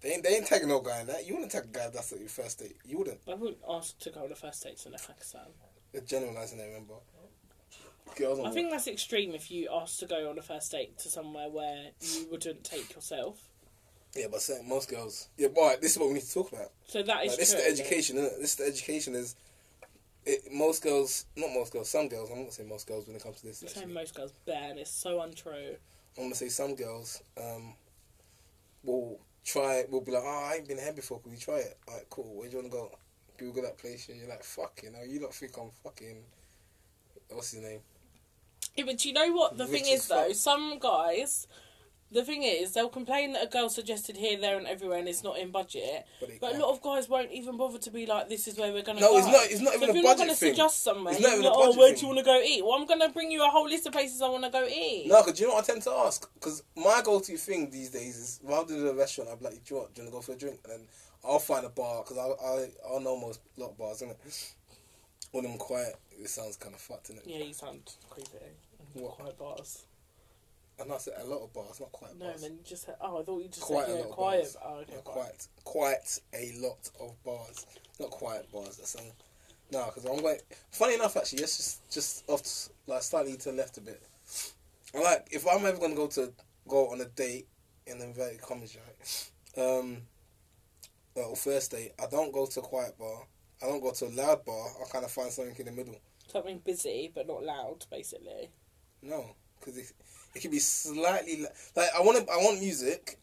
Speaker 1: They ain't, they ain't tagging no guy in that. You wouldn't tag a guy if that's at your first date. You wouldn't.
Speaker 2: I wouldn't ask to go on a first date to the Hackett's.
Speaker 1: They're generalising, there, remember. Girls
Speaker 2: I
Speaker 1: on
Speaker 2: think that's extreme if you ask to go on a first date to somewhere where you wouldn't take yourself.
Speaker 1: Yeah, but certain, most girls. Yeah, but alright, this is what we need to talk about.
Speaker 2: So that is
Speaker 1: Like, this
Speaker 2: true.
Speaker 1: is the education, isn't it? This is the education is. It, most girls, not most girls, some girls, I'm not saying most girls when it comes to this.
Speaker 2: I'm
Speaker 1: actually.
Speaker 2: saying most girls there, and it's so untrue.
Speaker 1: I'm gonna say some girls um, will try it. Will be like, "Oh, I ain't been here before. Can we try it?" Like, cool. Where do you wanna go? Google that place, and you're like, "Fuck," you know. You don't think I'm fucking. What's his name?
Speaker 2: Yeah, but do you know what the
Speaker 1: Rich
Speaker 2: thing
Speaker 1: as
Speaker 2: is though?
Speaker 1: fuck.
Speaker 2: Some guys, the thing is, they'll complain that a girl suggested here, there, and everywhere, and it's not in budget.
Speaker 1: But, it
Speaker 2: But a
Speaker 1: can't.
Speaker 2: lot of guys won't even bother to be like, "This is where we're gonna
Speaker 1: No,
Speaker 2: go."
Speaker 1: it's not- it's not
Speaker 2: So
Speaker 1: even
Speaker 2: if
Speaker 1: a
Speaker 2: you're not
Speaker 1: budget
Speaker 2: gonna
Speaker 1: thing.
Speaker 2: suggest somewhere,
Speaker 1: It's
Speaker 2: you're
Speaker 1: not even
Speaker 2: like,
Speaker 1: a
Speaker 2: "Oh,
Speaker 1: budget
Speaker 2: where do
Speaker 1: thing.
Speaker 2: you want to go eat?" Well, I'm gonna bring you a whole list of places I want to go eat.
Speaker 1: No, because you know what I tend to ask? Because my go-to thing these days is rather than a restaurant, I'll be like, do you, want, do you want to go for a drink? And then I'll find a bar, because I, I, I know most lot of bars, innit? When I'm quiet, it sounds kind of fucked, innit?
Speaker 2: Yeah, you sound creepy.
Speaker 1: What?
Speaker 2: Quiet bars.
Speaker 1: And I said a lot of bars, not quiet
Speaker 2: No,
Speaker 1: bars.
Speaker 2: man, you just said. Oh, I thought you just
Speaker 1: Quite a
Speaker 2: said
Speaker 1: lot
Speaker 2: yeah,
Speaker 1: of
Speaker 2: quiet.
Speaker 1: bars.
Speaker 2: Oh, okay,
Speaker 1: Yeah,
Speaker 2: fine.
Speaker 1: quite, quite a lot of bars. Not quiet bars. That sound. No, because I'm going. Funny enough, actually, let's just just off t- like slightly to the left a bit. I like if I'm ever gonna go to go on a date in inverted commas, right? Um, uh, or first date, I don't go to a quiet bar. I don't go to a loud bar. I kind of find something in the middle.
Speaker 2: Something busy but not loud, basically.
Speaker 1: No, because it, it could be slightly li- like I want to, I want music.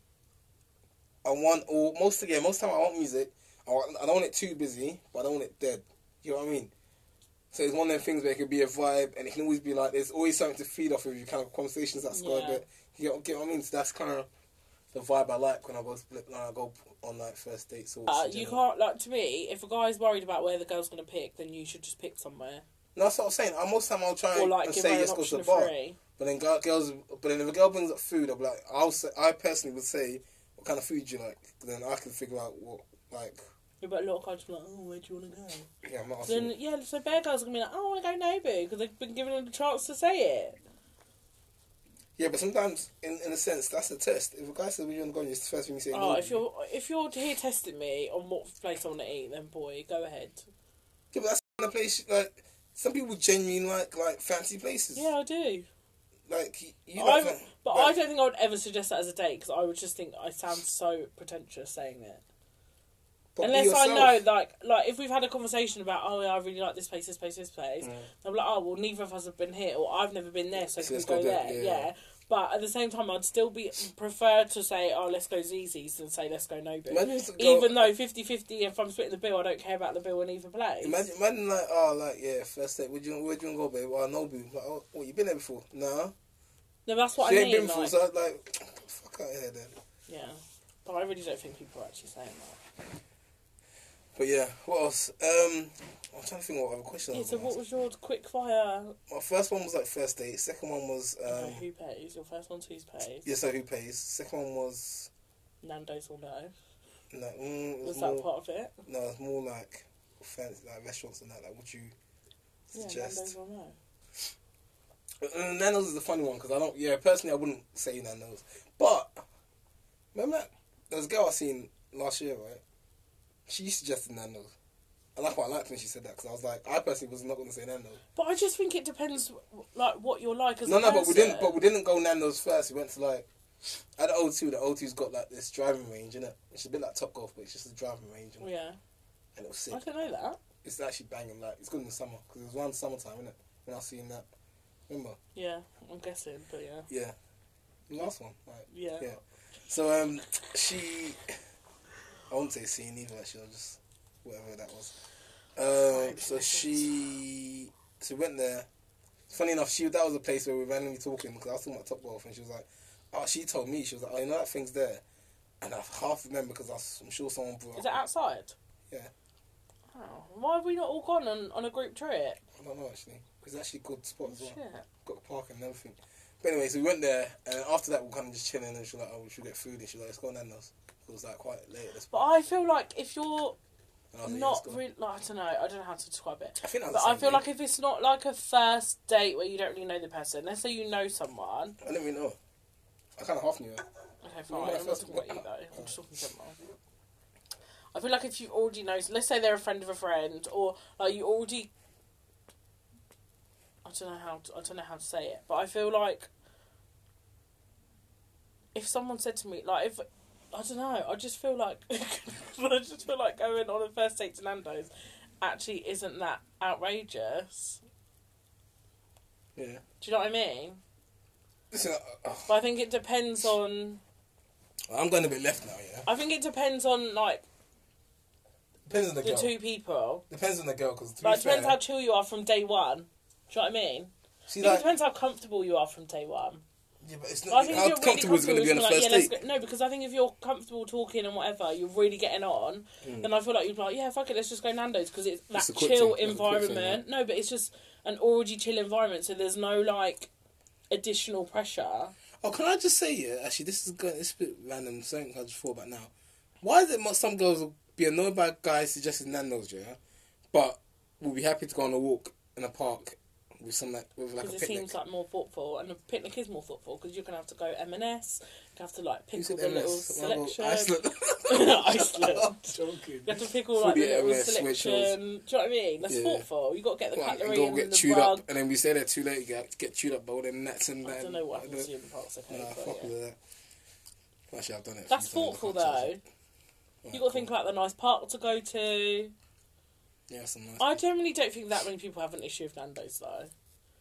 Speaker 1: I want or most again most time I want music. I, want, I don't want it too busy, but I don't want it dead. You know what I mean? So it's one of them things where it could be a vibe, and it can always be like there's always something to feed off of. You kind of conversations that's going,
Speaker 2: Yeah.
Speaker 1: but you get, get what I mean. So that's kind of the vibe I like when I go split, when I go on like first dates. Or
Speaker 2: Uh, you can't like to me. If a guy's worried about where the girl's gonna pick, then you should just pick somewhere
Speaker 1: No, that's what I'm saying. I, most time I'll try
Speaker 2: or
Speaker 1: and,
Speaker 2: like
Speaker 1: and
Speaker 2: give her
Speaker 1: say
Speaker 2: an
Speaker 1: yes go to
Speaker 2: option
Speaker 1: the
Speaker 2: of
Speaker 1: bar.
Speaker 2: free.
Speaker 1: But then girl- girls, but then if a girl brings up food, I'm like, I'll say, I personally would say, what kind of food do you like? Then I can figure out what, like,
Speaker 2: Yeah, but a lot of guys are like, oh, where do you want to go?
Speaker 1: yeah, I'm not asking.
Speaker 2: Then yeah, so bear girls are gonna be like, oh, I want to go Nobu because they've been given them the chance to say it.
Speaker 1: yeah, but sometimes, in, in a sense, that's a test. If a guy says, where you want to go, and it's the first thing you say, no.
Speaker 2: Oh, if you're if you're here testing me on what place I want to eat, then boy, go ahead.
Speaker 1: Yeah, but that's the kind of place, like, some people genuinely like, like, fancy places.
Speaker 2: Yeah, I do.
Speaker 1: Like, you- you
Speaker 2: I
Speaker 1: like,
Speaker 2: would-
Speaker 1: fan-
Speaker 2: but
Speaker 1: like,
Speaker 2: I don't think I would ever suggest that as a date because I would just think I sound so pretentious saying it.
Speaker 1: but be
Speaker 2: Unless I
Speaker 1: yourself.
Speaker 2: know, like, like if we've had a conversation about, oh, yeah, I really like this place, this place, this place, I'm like, oh, well, neither of us have been here, or I've never been there, so,
Speaker 1: Mm. So
Speaker 2: can we
Speaker 1: let's
Speaker 2: go
Speaker 1: go
Speaker 2: there?
Speaker 1: there,
Speaker 2: yeah.
Speaker 1: yeah.
Speaker 2: But at the same time, I'd still be prefer to say, oh, let's go Zzz's than say, let's go Nobu.
Speaker 1: Imagine it's a girl-
Speaker 2: Even though 50 50, if I'm splitting the bill, I don't care about the bill in either place.
Speaker 1: Imagine, imagine like, oh, like, yeah, first date, where do you, where do you want to go, babe? Oh, Nobu. Like, oh, what, you been there before? Nah.
Speaker 2: no, that's what
Speaker 1: she
Speaker 2: I
Speaker 1: ain't
Speaker 2: mean.
Speaker 1: been before,
Speaker 2: like-
Speaker 1: so I'd like, fuck out of here then.
Speaker 2: Yeah. But I really don't think people are actually saying that.
Speaker 1: But yeah, what else? Um, I'm trying to think what other question I
Speaker 2: Yeah,
Speaker 1: was
Speaker 2: so
Speaker 1: gonna
Speaker 2: what
Speaker 1: ask.
Speaker 2: was your quick fire?
Speaker 1: My first one was like first date. Second one was
Speaker 2: uh,
Speaker 1: um,
Speaker 2: who pays? Your first one's who's pays?
Speaker 1: yeah, so who pays? Second one was
Speaker 2: Nando's or no?
Speaker 1: no, mm, it was,
Speaker 2: Was
Speaker 1: more,
Speaker 2: that part of it?
Speaker 1: no, it's more like fancy like restaurants and that. Like, would you
Speaker 2: Yeah, Nando's
Speaker 1: suggest?
Speaker 2: or no?
Speaker 1: Uh, Nando's is a funny one because I don't. Yeah, personally, I wouldn't say Nando's. But remember that there's a girl I seen last year, right? She suggested Nando's, and I quite liked when she said that because I was like, I personally was not going to say Nando's.
Speaker 2: But I just think it depends, like what you're like as
Speaker 1: No,
Speaker 2: a
Speaker 1: no,
Speaker 2: person.
Speaker 1: but we didn't. But we didn't go Nando's first. We went to like At the O2, the O2's got like this driving range in it, which is a bit like Top Golf, but it's just a driving range, innit?
Speaker 2: Yeah.
Speaker 1: and it was sick.
Speaker 2: I didn't know that.
Speaker 1: It's actually banging. Like it's good in the summer because it was around summertime, innit? When I seen that, remember?
Speaker 2: Yeah, I'm guessing, but yeah.
Speaker 1: Yeah, the last one. Like,
Speaker 2: Yeah.
Speaker 1: Yeah. so um, she, I won't say seen either. She was just whatever that was. Um, so she, she went there. Funny enough, she that was a place where we were randomly talking because I was talking about Top Golf and she was like, "Oh, she told me she was like, oh, you know that thing's there," and I half remember because I'm sure someone brought.
Speaker 2: Is
Speaker 1: up-
Speaker 2: it outside?
Speaker 1: Yeah.
Speaker 2: Oh, why have we not all gone on, on a group trip?
Speaker 1: I don't know actually. It's actually a good spot as well.
Speaker 2: Shit.
Speaker 1: got a park and everything. But anyway, so we went there, and after that, we were kind of just chilling, and she was like, oh, we should get food, and she was like, let's go on Nando's. It was like quite late at this
Speaker 2: But I feel like if you're
Speaker 1: And I was like, yeah,
Speaker 2: not
Speaker 1: let's go.
Speaker 2: really, like, I don't know, I don't know how to describe it.
Speaker 1: I think that was the
Speaker 2: But I
Speaker 1: same
Speaker 2: feel
Speaker 1: day.
Speaker 2: like if it's not like a first date where you don't really know the person, let's say you know someone.
Speaker 1: I didn't really know. I kind of half knew her.
Speaker 2: Okay,
Speaker 1: Well,
Speaker 2: fine. I'm not
Speaker 1: that's-
Speaker 2: talking about you though. I'm just talking general. I feel like if you already know, let's say they're a friend of a friend, or like you already. I don't know how to, I don't know how to say it, but I feel like if someone said to me like if I don't know, I just feel like I just feel like going on a first date to Nando's actually isn't that outrageous.
Speaker 1: Yeah.
Speaker 2: Do you know what I mean?
Speaker 1: Listen, uh, uh,
Speaker 2: But I think it depends on
Speaker 1: I'm going a bit left now, yeah?
Speaker 2: I think it depends on like
Speaker 1: Depends on the
Speaker 2: the
Speaker 1: girl.
Speaker 2: two people.
Speaker 1: Depends on the girl, because to
Speaker 2: Like
Speaker 1: be
Speaker 2: it depends
Speaker 1: fair,
Speaker 2: how chill you are from day one. Do you know what I mean?
Speaker 1: she's
Speaker 2: I think
Speaker 1: like,
Speaker 2: it depends how comfortable you are from day one.
Speaker 1: yeah, but it's
Speaker 2: I
Speaker 1: not,
Speaker 2: think
Speaker 1: how
Speaker 2: if you're really
Speaker 1: comfortable
Speaker 2: comfortable,
Speaker 1: is it going to be on the
Speaker 2: like,
Speaker 1: first
Speaker 2: yeah, let's
Speaker 1: date?
Speaker 2: go- no, because I think if you're comfortable talking and whatever, you're really getting on. Then I feel like you'd be like, yeah, fuck it, let's just go Nando's because it's that
Speaker 1: Hmm. It's a quick
Speaker 2: chill
Speaker 1: thing, it's a quick thing,
Speaker 2: environment. No, but it's just an already chill environment, so there's no like additional pressure.
Speaker 1: Oh, can I just say, yeah, actually, this is going, this is a bit random, something I just thought about now. Why is it mo- some girls will be annoyed by guys suggesting Nando's, yeah, but will be happy to go on a walk in a park with some like with like a
Speaker 2: Because it
Speaker 1: picnic?
Speaker 2: seems like more thoughtful, and a picnic is more thoughtful because you're gonna have to go M and S, you have to like
Speaker 1: Who
Speaker 2: pick
Speaker 1: said
Speaker 2: all the little
Speaker 1: MS? Well,
Speaker 2: selection.
Speaker 1: Iceland.
Speaker 2: Iceland.
Speaker 1: I'm joking.
Speaker 2: You have to pick all like the
Speaker 1: Forget
Speaker 2: little
Speaker 1: MS, which
Speaker 2: selection.
Speaker 1: was-
Speaker 2: Do you know what I mean? That's
Speaker 1: Yeah.
Speaker 2: thoughtful. You got to get the
Speaker 1: Well, and
Speaker 2: cutlery
Speaker 1: go
Speaker 2: and,
Speaker 1: get
Speaker 2: the
Speaker 1: chewed
Speaker 2: rug.
Speaker 1: up, and then we say they're too late. Get get chewed up by all them gnats and
Speaker 2: I
Speaker 1: that.
Speaker 2: don't know what
Speaker 1: and-
Speaker 2: happens to you in the parks. Okay,
Speaker 1: Nah,
Speaker 2: but
Speaker 1: fuck
Speaker 2: yeah.
Speaker 1: with that. Actually, I've done it. a few
Speaker 2: that's
Speaker 1: times, I
Speaker 2: thoughtful
Speaker 1: can't charge
Speaker 2: though.
Speaker 1: it.
Speaker 2: You got to think about the nice park to go to.
Speaker 1: Yeah, some nice.
Speaker 2: I generally don't think that many people have an issue with Nando's though.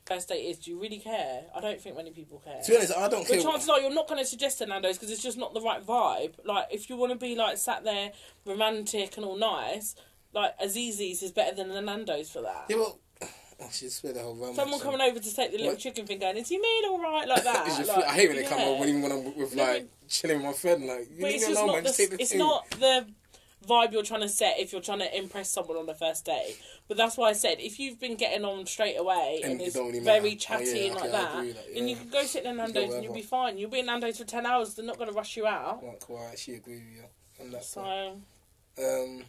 Speaker 2: First date is. Do you really care? I don't think many people care.
Speaker 1: To be honest, I don't
Speaker 2: The
Speaker 1: care.
Speaker 2: chances are you're not going to suggest a Nando's because it's just not the right vibe. Like, if you want to be like sat there romantic and all nice, like Azizi's is better than a Nando's for that.
Speaker 1: Yeah, well, actually, it's where the whole romance.
Speaker 2: Someone
Speaker 1: thing.
Speaker 2: coming over to take the little
Speaker 1: What?
Speaker 2: chicken thing, going, "Is your meal all right?" Like that.
Speaker 1: It's just-
Speaker 2: like,
Speaker 1: I hate when they come
Speaker 2: yeah.
Speaker 1: over even when I'm with
Speaker 2: No,
Speaker 1: like chilling with my friend. Like, you
Speaker 2: But
Speaker 1: leave me
Speaker 2: it's just
Speaker 1: alone,
Speaker 2: not
Speaker 1: man. Just
Speaker 2: the,
Speaker 1: take the
Speaker 2: it's
Speaker 1: thing.
Speaker 2: not the vibe you're trying to set if you're trying to impress someone on the first date. But that's why I said if you've been getting on straight away
Speaker 1: And
Speaker 2: and,
Speaker 1: it
Speaker 2: it's
Speaker 1: don't really
Speaker 2: very
Speaker 1: matter.
Speaker 2: chatty
Speaker 1: Oh, yeah, okay,
Speaker 2: and like
Speaker 1: I
Speaker 2: that,
Speaker 1: agree with that,
Speaker 2: then you
Speaker 1: yeah.
Speaker 2: can go sit in Nando's and you'll be
Speaker 1: wherever.
Speaker 2: fine. You'll be in Nando's for ten hours. They're not going to rush you out.
Speaker 1: Like, well, I actually agree with you on that.
Speaker 2: So
Speaker 1: point. Um,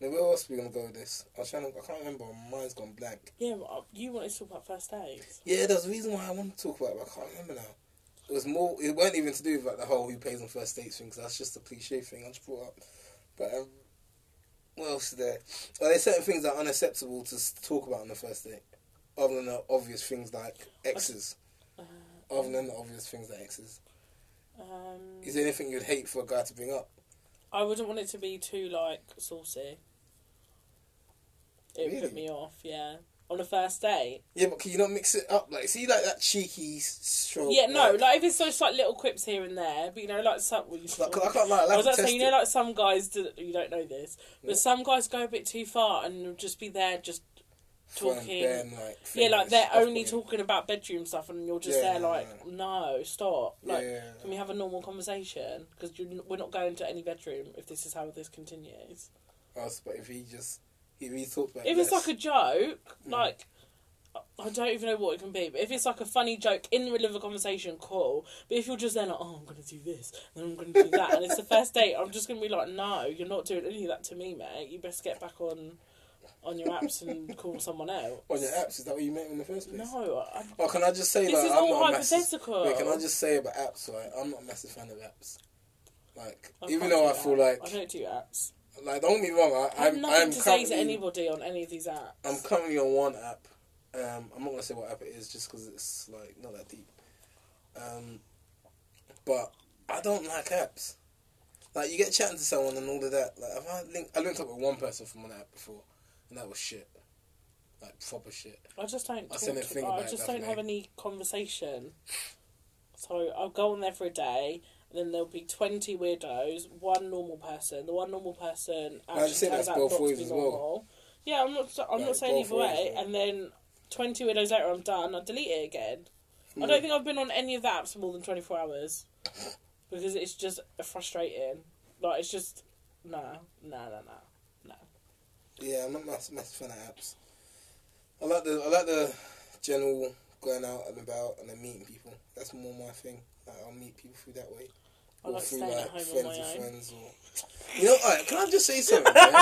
Speaker 1: now where else are we gonna go with this? I was trying to. I can't remember. My mind's gone blank.
Speaker 2: yeah, but, uh, you wanted to talk about first dates.
Speaker 1: Yeah, there's a reason why I want to talk about it, but I can't remember now. It was more. It weren't even to do with like the whole who pays on first dates thing. 'cause that's just a cliche thing I just brought up. But um, what else is there? Are there certain things that are unacceptable to s- talk about on the first date, other than the obvious things like exes?
Speaker 2: Uh,
Speaker 1: Other than the obvious things like exes,
Speaker 2: Um,
Speaker 1: is there anything you'd hate for a guy to bring up?
Speaker 2: I wouldn't want it to be too like saucy. It
Speaker 1: Really?
Speaker 2: put me off, yeah. On a first date.
Speaker 1: Yeah, but can you not mix it up? Like, see, like that cheeky s- stroke.
Speaker 2: yeah, no, like if it's just like little quips here and there, but you know, like some. Well, you,
Speaker 1: Like, 'cause I can't lie, I like
Speaker 2: I was
Speaker 1: to
Speaker 2: about to
Speaker 1: test
Speaker 2: say, you know,
Speaker 1: it.
Speaker 2: like some guys do, you don't know this, but
Speaker 1: Yeah.
Speaker 2: some guys go a bit too far and will just be there, just
Speaker 1: Fine,
Speaker 2: talking.
Speaker 1: then, like,
Speaker 2: yeah, like
Speaker 1: fingers,
Speaker 2: they're
Speaker 1: off
Speaker 2: only
Speaker 1: putting.
Speaker 2: talking about bedroom stuff, and you're just
Speaker 1: Yeah,
Speaker 2: there,
Speaker 1: no,
Speaker 2: like, no, stop, like,
Speaker 1: Yeah.
Speaker 2: can we have a normal conversation? Because we're not going to any bedroom if this is how this continues.
Speaker 1: Us, but if he just if he talked about
Speaker 2: if it's
Speaker 1: this-
Speaker 2: like a joke,
Speaker 1: Mm.
Speaker 2: like I- I don't even know what it can be, but if it's like a funny joke in the middle of a conversation, cool. But if you're just there like, oh, I'm gonna do this, and I'm gonna do that, and it's the first date, I'm just gonna be like, no, you're not doing any of that to me, mate. You best get back on on your apps and call someone else.
Speaker 1: on your apps, is that what you meant in the first place?
Speaker 2: No, I,
Speaker 1: Or can I just say
Speaker 2: this
Speaker 1: like
Speaker 2: is
Speaker 1: I'm
Speaker 2: all
Speaker 1: not a massive,
Speaker 2: hypothetical.
Speaker 1: Wait, can I just say about apps? Right, I'm not a massive fan of apps. Like,
Speaker 2: I
Speaker 1: even
Speaker 2: can't
Speaker 1: though
Speaker 2: do
Speaker 1: I
Speaker 2: that.
Speaker 1: feel like,
Speaker 2: I don't do apps.
Speaker 1: like don't get me wrong,
Speaker 2: I
Speaker 1: I,
Speaker 2: have
Speaker 1: I'm
Speaker 2: nothing
Speaker 1: I'm
Speaker 2: to say to
Speaker 1: currently
Speaker 2: anybody on any of these apps.
Speaker 1: I'm currently on one app. Um, I'm not gonna say what app it is just because it's like not that deep. Um, but I don't like apps. Like you get chatting to someone and all of that. Like I've had link, I linked up with one person from an app before, and that was shit. Like proper shit.
Speaker 2: I just don't.
Speaker 1: I
Speaker 2: Talk
Speaker 1: said
Speaker 2: to,
Speaker 1: a thing
Speaker 2: I
Speaker 1: about it,
Speaker 2: just don't
Speaker 1: definitely.
Speaker 2: have any conversation. So I'll go on there for a day, and then there'll be twenty weirdos, one normal person. The one normal person
Speaker 1: I've
Speaker 2: actually
Speaker 1: seen
Speaker 2: turns
Speaker 1: that's
Speaker 2: out
Speaker 1: both
Speaker 2: not to
Speaker 1: ways
Speaker 2: be
Speaker 1: as well.
Speaker 2: normal. Yeah, I'm not. I'm
Speaker 1: Like,
Speaker 2: not saying
Speaker 1: both
Speaker 2: either way.
Speaker 1: ways, yeah.
Speaker 2: And then twenty weirdos later, I'm done. I delete it again. I
Speaker 1: Hmm.
Speaker 2: don't think I've been on any of the apps for more than twenty four hours, because it's just frustrating. Like it's just no, no, no, no, no.
Speaker 1: Yeah, I'm not massive, massive fan of apps. I like the I like the general going out and about and then meeting people. That's more my thing. Like, I'll meet people through that way.
Speaker 2: I like staying at home on
Speaker 1: friends
Speaker 2: my own.
Speaker 1: friends or you know, alright, can I just say something? man?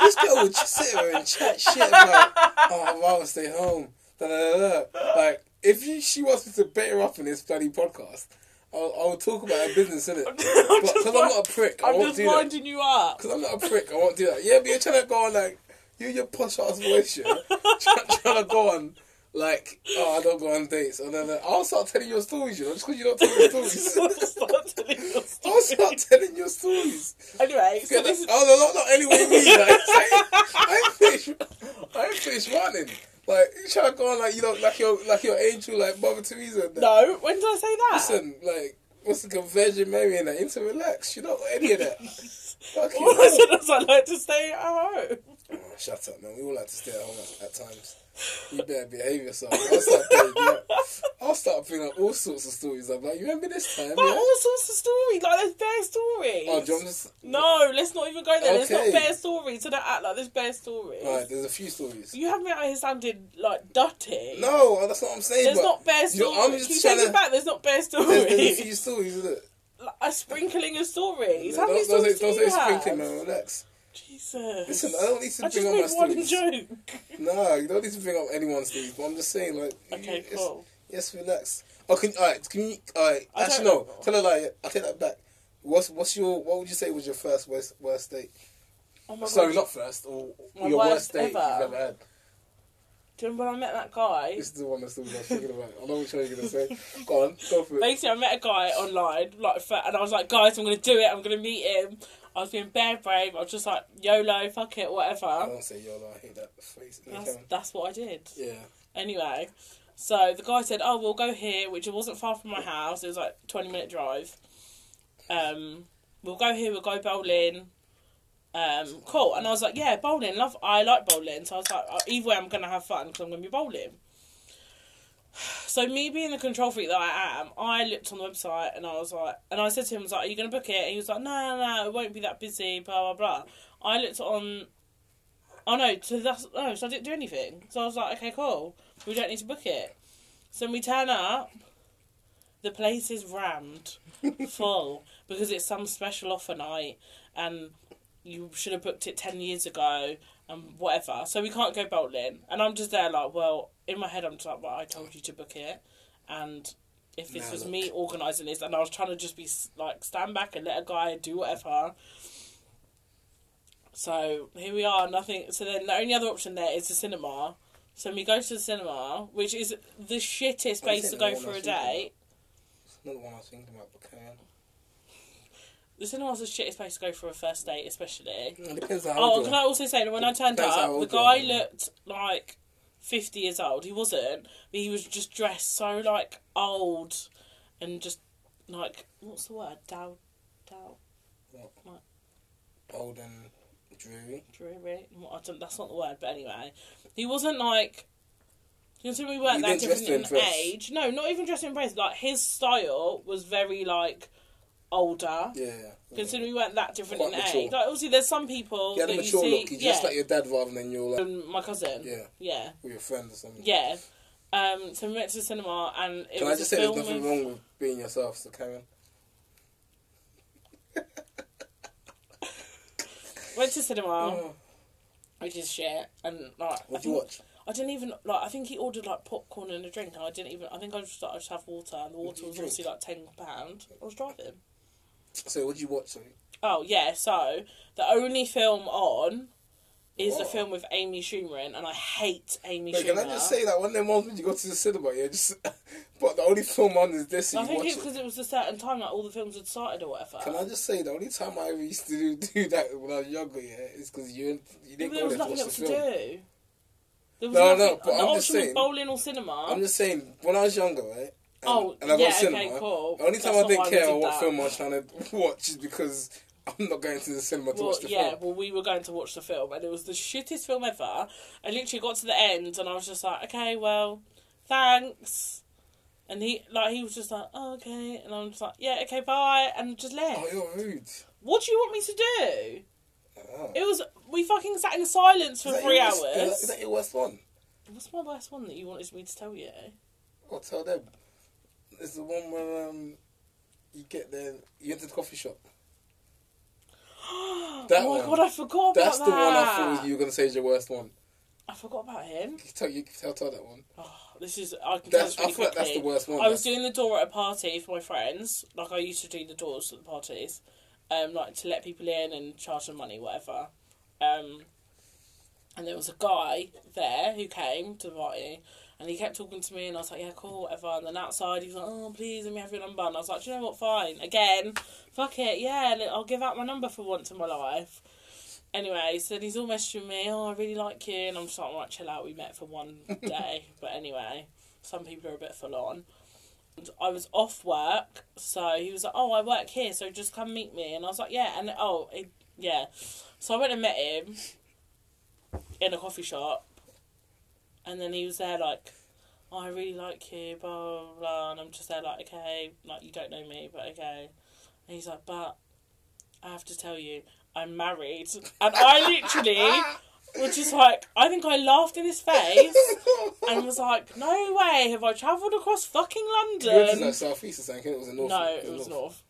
Speaker 1: this girl would just sit there and chat shit about oh I'd rather stay home. Da, da, da, da. Like if you, she wants me to bet her up in this bloody podcast, I'll, I'll talk about her business in it.
Speaker 2: I'm just
Speaker 1: Because I'm
Speaker 2: like-
Speaker 1: not a prick. I
Speaker 2: I'm
Speaker 1: won't
Speaker 2: just
Speaker 1: do that.
Speaker 2: winding you up.
Speaker 1: Because I'm not a prick, I won't do that. Yeah, but you're trying to go on like, you and your posh ass voice, yeah? trying, to go on like, oh, I don't go on dates. And then I'll start telling your stories, you know, just because you don't tell your stories.
Speaker 2: Stop telling your
Speaker 1: I'll
Speaker 2: story.
Speaker 1: start telling your stories.
Speaker 2: Anyway, so
Speaker 1: Yeah,
Speaker 2: this is.
Speaker 1: oh, no, not, not anyway me, like, I ain't finished, I ain't finished running. Like, you trying to go on like, you know, like your, like your angel, like Mother Teresa. and that.
Speaker 2: No, when did I say that?
Speaker 1: Listen, like, what's the conversion Mary and that? Into relax, you don't know any of that. Fuck
Speaker 2: All I
Speaker 1: you.
Speaker 2: said was I like to stay at home.
Speaker 1: Oh, shut up, man. We all like to stay at home at, at times. You better behave yourself. I'll start putting you up. I'll start bringing up all sorts of stories. I'm like, you remember this time? Yeah?
Speaker 2: But all sorts of stories, like there's bare stories.
Speaker 1: Oh, do you want me to-
Speaker 2: No, let's not even go there. There's not
Speaker 1: Okay.
Speaker 2: bare stories. So don't act like there's bare stories.
Speaker 1: Alright, there's a few stories.
Speaker 2: You have me out here sounding like dirty.
Speaker 1: No, that's what I'm saying.
Speaker 2: There's
Speaker 1: but
Speaker 2: not bare
Speaker 1: you-
Speaker 2: stories.
Speaker 1: I'm
Speaker 2: Can
Speaker 1: just
Speaker 2: you
Speaker 1: trying
Speaker 2: take
Speaker 1: to-
Speaker 2: it back? There's not bare
Speaker 1: There's, there's a
Speaker 2: stories.
Speaker 1: few stories, isn't it?
Speaker 2: Like, a sprinkling of stories. How
Speaker 1: don't,
Speaker 2: many
Speaker 1: don't say,
Speaker 2: stories
Speaker 1: don't
Speaker 2: do
Speaker 1: say
Speaker 2: you have?
Speaker 1: sprinkling, man. Relax.
Speaker 2: Jesus.
Speaker 1: Listen, I don't need to
Speaker 2: I just
Speaker 1: bring up my
Speaker 2: made one
Speaker 1: stories.
Speaker 2: joke.
Speaker 1: Nah, you don't need to bring up anyone's stories. But I'm just saying, like, you-
Speaker 2: Okay,
Speaker 1: it's-
Speaker 2: cool.
Speaker 1: Yes, relax. Oh, can alright? Can you alright?
Speaker 2: I
Speaker 1: Actually, no.
Speaker 2: don't know.
Speaker 1: Tell her like I take that back. What's what's your what would you say was your first worst worst date?
Speaker 2: Oh my
Speaker 1: Sorry,
Speaker 2: God.
Speaker 1: not first or
Speaker 2: My
Speaker 1: your
Speaker 2: worst
Speaker 1: worst, date
Speaker 2: ever.
Speaker 1: you've ever had.
Speaker 2: Do you remember when I met that guy?
Speaker 1: This is the one that's still I was thinking about. I know which one you're gonna say. Go on, go for it.
Speaker 2: Basically, I met a guy online, like, for, and I was like, guys, I'm gonna do it. I'm gonna meet him. I was being bare brave. I was just like, YOLO, fuck it,
Speaker 1: I
Speaker 2: whatever.
Speaker 1: don't say YOLO. I hate that phrase.
Speaker 2: That's that's what I did.
Speaker 1: Yeah.
Speaker 2: Anyway, so the guy said, "Oh, we'll go here," which it wasn't far from my house. It was like twenty minute drive. Um, we'll go here. We'll go bowling. Um, cool. And I was like, "Yeah, bowling. Love. I like bowling." So I was like, oh, "Either way, I'm gonna have fun because I'm gonna be bowling." So me being the control freak that I am, I looked on the website and I was like, and I said to him, I was like, "Are you gonna book it?" And he was like, "No, no, no. It won't be that busy." Blah blah blah. I looked on. Oh no! So that's no. So I didn't do anything. So I was like, "Okay, cool." We don't need to book it. So we turn up. The place is rammed, full because it's some special offer night, and you should have booked it ten years ago and whatever. So we can't go bowling, and I'm just there like, well, in my head I'm just like, well, I told you to book it, and if this
Speaker 1: Now
Speaker 2: was
Speaker 1: look.
Speaker 2: me organising this, and I was trying to just be s- like stand back and let a guy do whatever. So here we are, nothing. So then the only other option there is the cinema. So we go to the cinema, which is the shittest
Speaker 1: I think
Speaker 2: place to
Speaker 1: the
Speaker 2: go
Speaker 1: one
Speaker 2: for
Speaker 1: I
Speaker 2: a
Speaker 1: think about.
Speaker 2: date.
Speaker 1: It's not the one I was thinking about, but can.
Speaker 2: The cinema's the shittest place to go for a first date, especially.
Speaker 1: It depends on how
Speaker 2: Oh,
Speaker 1: you
Speaker 2: can
Speaker 1: do it.
Speaker 2: I also say that when I turned
Speaker 1: Depends how
Speaker 2: up, the
Speaker 1: old you
Speaker 2: guy
Speaker 1: are, yeah.
Speaker 2: looked like 50 years old. He wasn't, but he was just dressed so like old and just like, what's the word? Dow, dow,
Speaker 1: Old and dreary.
Speaker 2: dreary. Well, I don't, that's not the word, but anyway. He wasn't like. You know, so we weren't
Speaker 1: You
Speaker 2: that
Speaker 1: didn't dress
Speaker 2: different
Speaker 1: to
Speaker 2: in
Speaker 1: impress.
Speaker 2: age. No, not even dressed in impress. Like, his style was very, like, older.
Speaker 1: Yeah. yeah.
Speaker 2: Considering we weren't that different
Speaker 1: Quite
Speaker 2: in
Speaker 1: mature.
Speaker 2: age. Like, obviously, there's some people
Speaker 1: you had a
Speaker 2: that
Speaker 1: mature
Speaker 2: you see.
Speaker 1: look. You
Speaker 2: yeah.
Speaker 1: dressed like your dad rather than your like
Speaker 2: Um, my cousin.
Speaker 1: yeah
Speaker 2: Yeah.
Speaker 1: with your friend or something.
Speaker 2: Yeah. Um, so we went to the cinema and it
Speaker 1: Can I
Speaker 2: was
Speaker 1: just
Speaker 2: a
Speaker 1: say there's
Speaker 2: film
Speaker 1: nothing
Speaker 2: with...
Speaker 1: wrong with being yourself, so Karen?
Speaker 2: Went to cinema,
Speaker 1: Oh.
Speaker 2: which is shit. And like, I
Speaker 1: What do
Speaker 2: think
Speaker 1: you watch?
Speaker 2: I didn't even like. I think he ordered like popcorn and a drink, and I didn't even. I think I just like, I just have water, and the
Speaker 1: What
Speaker 2: water
Speaker 1: do you
Speaker 2: was obviously like ten pound. I was driving.
Speaker 1: So what do you watch? Sorry?
Speaker 2: Oh yeah, so the only film on is a
Speaker 1: What?
Speaker 2: film with Amy Schumer in, and I hate Amy
Speaker 1: Wait,
Speaker 2: Schumer.
Speaker 1: can I just say that one of them ones when you go to the cinema, yeah, just but the only film on is this. And
Speaker 2: I
Speaker 1: you
Speaker 2: think
Speaker 1: watch
Speaker 2: it's
Speaker 1: it.
Speaker 2: because it was a certain time, like all the films had started or whatever.
Speaker 1: Can I just say the only time I ever used to do, do that when I was younger, yeah, is because you you
Speaker 2: Yeah,
Speaker 1: didn't go
Speaker 2: but there
Speaker 1: there
Speaker 2: was
Speaker 1: to
Speaker 2: nothing
Speaker 1: watch the
Speaker 2: else to
Speaker 1: film.
Speaker 2: do. There was
Speaker 1: No, no,
Speaker 2: nothing.
Speaker 1: but
Speaker 2: the
Speaker 1: I'm just
Speaker 2: option was
Speaker 1: saying-
Speaker 2: bowling or cinema.
Speaker 1: I'm just saying when I was younger, right? And,
Speaker 2: Oh,
Speaker 1: and I
Speaker 2: yeah,
Speaker 1: got cinema.
Speaker 2: okay, cool.
Speaker 1: The only
Speaker 2: That's
Speaker 1: time
Speaker 2: not
Speaker 1: I
Speaker 2: why
Speaker 1: didn't
Speaker 2: we
Speaker 1: care
Speaker 2: did
Speaker 1: what
Speaker 2: that.
Speaker 1: film I was trying to watch is because I'm not going to the cinema to
Speaker 2: well,
Speaker 1: watch the
Speaker 2: yeah,
Speaker 1: film.
Speaker 2: well, we were going to watch the film, and it was the shittest film ever. I literally got to the end, and I was just like, okay, well, thanks. And he, like, he was just like, oh, okay, and I'm just like, yeah, okay, bye, and just left.
Speaker 1: Oh, you're rude.
Speaker 2: What do you want me to do?
Speaker 1: Oh.
Speaker 2: It was we fucking sat in silence for
Speaker 1: Is that
Speaker 2: three
Speaker 1: your
Speaker 2: hours.
Speaker 1: worst- Is that, is that your worst one?
Speaker 2: What's my worst one that you wanted me to tell you?
Speaker 1: I'll Oh, tell them. It's the one where um, you get there, you enter the coffee shop. That
Speaker 2: oh
Speaker 1: one.
Speaker 2: my god, I forgot about
Speaker 1: That's
Speaker 2: that.
Speaker 1: the one I thought you were going to say is your worst one.
Speaker 2: I forgot about him.
Speaker 1: You can tell, you can tell, tell that one.
Speaker 2: This is I can
Speaker 1: That's,
Speaker 2: tell
Speaker 1: I
Speaker 2: this
Speaker 1: feel
Speaker 2: really
Speaker 1: like that's the
Speaker 2: quickly.
Speaker 1: worst one.
Speaker 2: I was
Speaker 1: That's-
Speaker 2: doing the door at a party for my friends, like I used to do the doors at the parties, um, like to let people in and charge them money, whatever. Um, and there was a guy there who came to the party, and he kept talking to me, and I was like, "Yeah, cool, whatever." And then outside, he was like, "Oh, please, let me have your number." And I was like, "Do you know what? Fine, again, fuck it, yeah, li- I'll give out my number for once in my life." Anyway, so then he's all messaging me, "Oh, I really like you," and I'm just like, "All "Right, chill out. We met for one day, but anyway." some people are a bit full on. And I was off work, so he was like, "Oh, I work here, so just come meet me." And I was like, "Yeah," and oh, it, yeah. So I went and met him in a coffee shop, and then he was there like, oh, "I really like you," blah blah blah, and I'm just there like, "Okay, like you don't know me, but okay." And he's like, "But I have to tell you, I'm married," and I literally was just like, I think I laughed in his face and was like, "No way, have I travelled across fucking
Speaker 1: You went to
Speaker 2: London?"
Speaker 1: that southeast or something. It was in north.
Speaker 2: Um, No, it was north.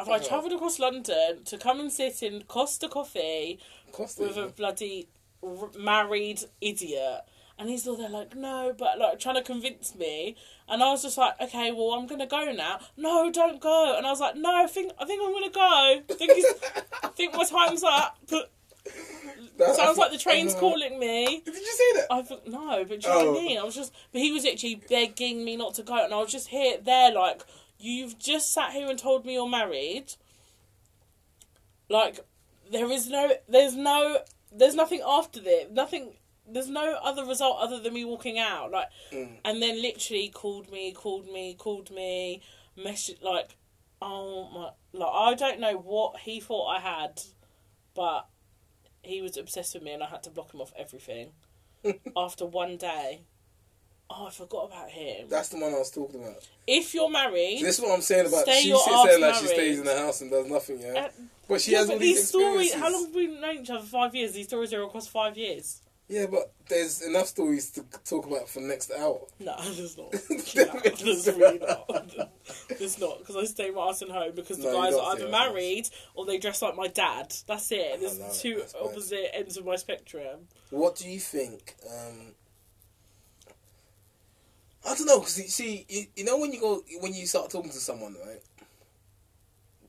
Speaker 2: Have I
Speaker 1: Okay.
Speaker 2: travelled across London to come and sit in Costa Coffee
Speaker 1: Costa,
Speaker 2: with a bloody r- married idiot? And he's all there like, no, but like trying to convince me, and I was just like, okay, well I'm gonna go now. No, don't go. And I was like, no, I think I think I'm gonna go. I think it's, I think my time's up.
Speaker 1: That-
Speaker 2: Sounds like the train's
Speaker 1: Uh,
Speaker 2: calling Oh. me.
Speaker 1: Did you see that?
Speaker 2: I thought no, but do you know what
Speaker 1: Oh.
Speaker 2: I mean? I was just, but he was actually begging me not to go, and I was just here, there, like you've just sat here and told me you're married. Like there is no, there's no, there's nothing after this. Nothing. There's no other result other than me walking out. Like,
Speaker 1: Mm.
Speaker 2: and then literally called me, called me, called me, message like, oh my, like I don't know what he thought I had, but he was obsessed with me, and I had to block him off everything after one day. Oh, I forgot about him.
Speaker 1: That's the one I was talking about.
Speaker 2: if you're married,
Speaker 1: This is what I'm saying about
Speaker 2: Stay
Speaker 1: she
Speaker 2: your
Speaker 1: sits
Speaker 2: ass
Speaker 1: there like she
Speaker 2: married.
Speaker 1: stays in the house and does nothing, yeah.
Speaker 2: Uh,
Speaker 1: but she
Speaker 2: yeah,
Speaker 1: has
Speaker 2: but
Speaker 1: all these,
Speaker 2: these
Speaker 1: experiences.
Speaker 2: stories. How long have we known each other? Five years. These stories are across five years.
Speaker 1: Yeah, but there's enough stories to talk about for the next hour.
Speaker 2: No, there's not. No, there's really not. There's not because I stay my ass at home because
Speaker 1: No,
Speaker 2: the
Speaker 1: you
Speaker 2: guys
Speaker 1: don't
Speaker 2: are
Speaker 1: stay
Speaker 2: either
Speaker 1: your ass.
Speaker 2: married or they dress like my dad. That's it. There's
Speaker 1: know,
Speaker 2: two
Speaker 1: that's bad.
Speaker 2: opposite ends of my spectrum.
Speaker 1: What do you think? Um, I don't know. Cause you, see, you, you know when you go when you start talking to someone, right?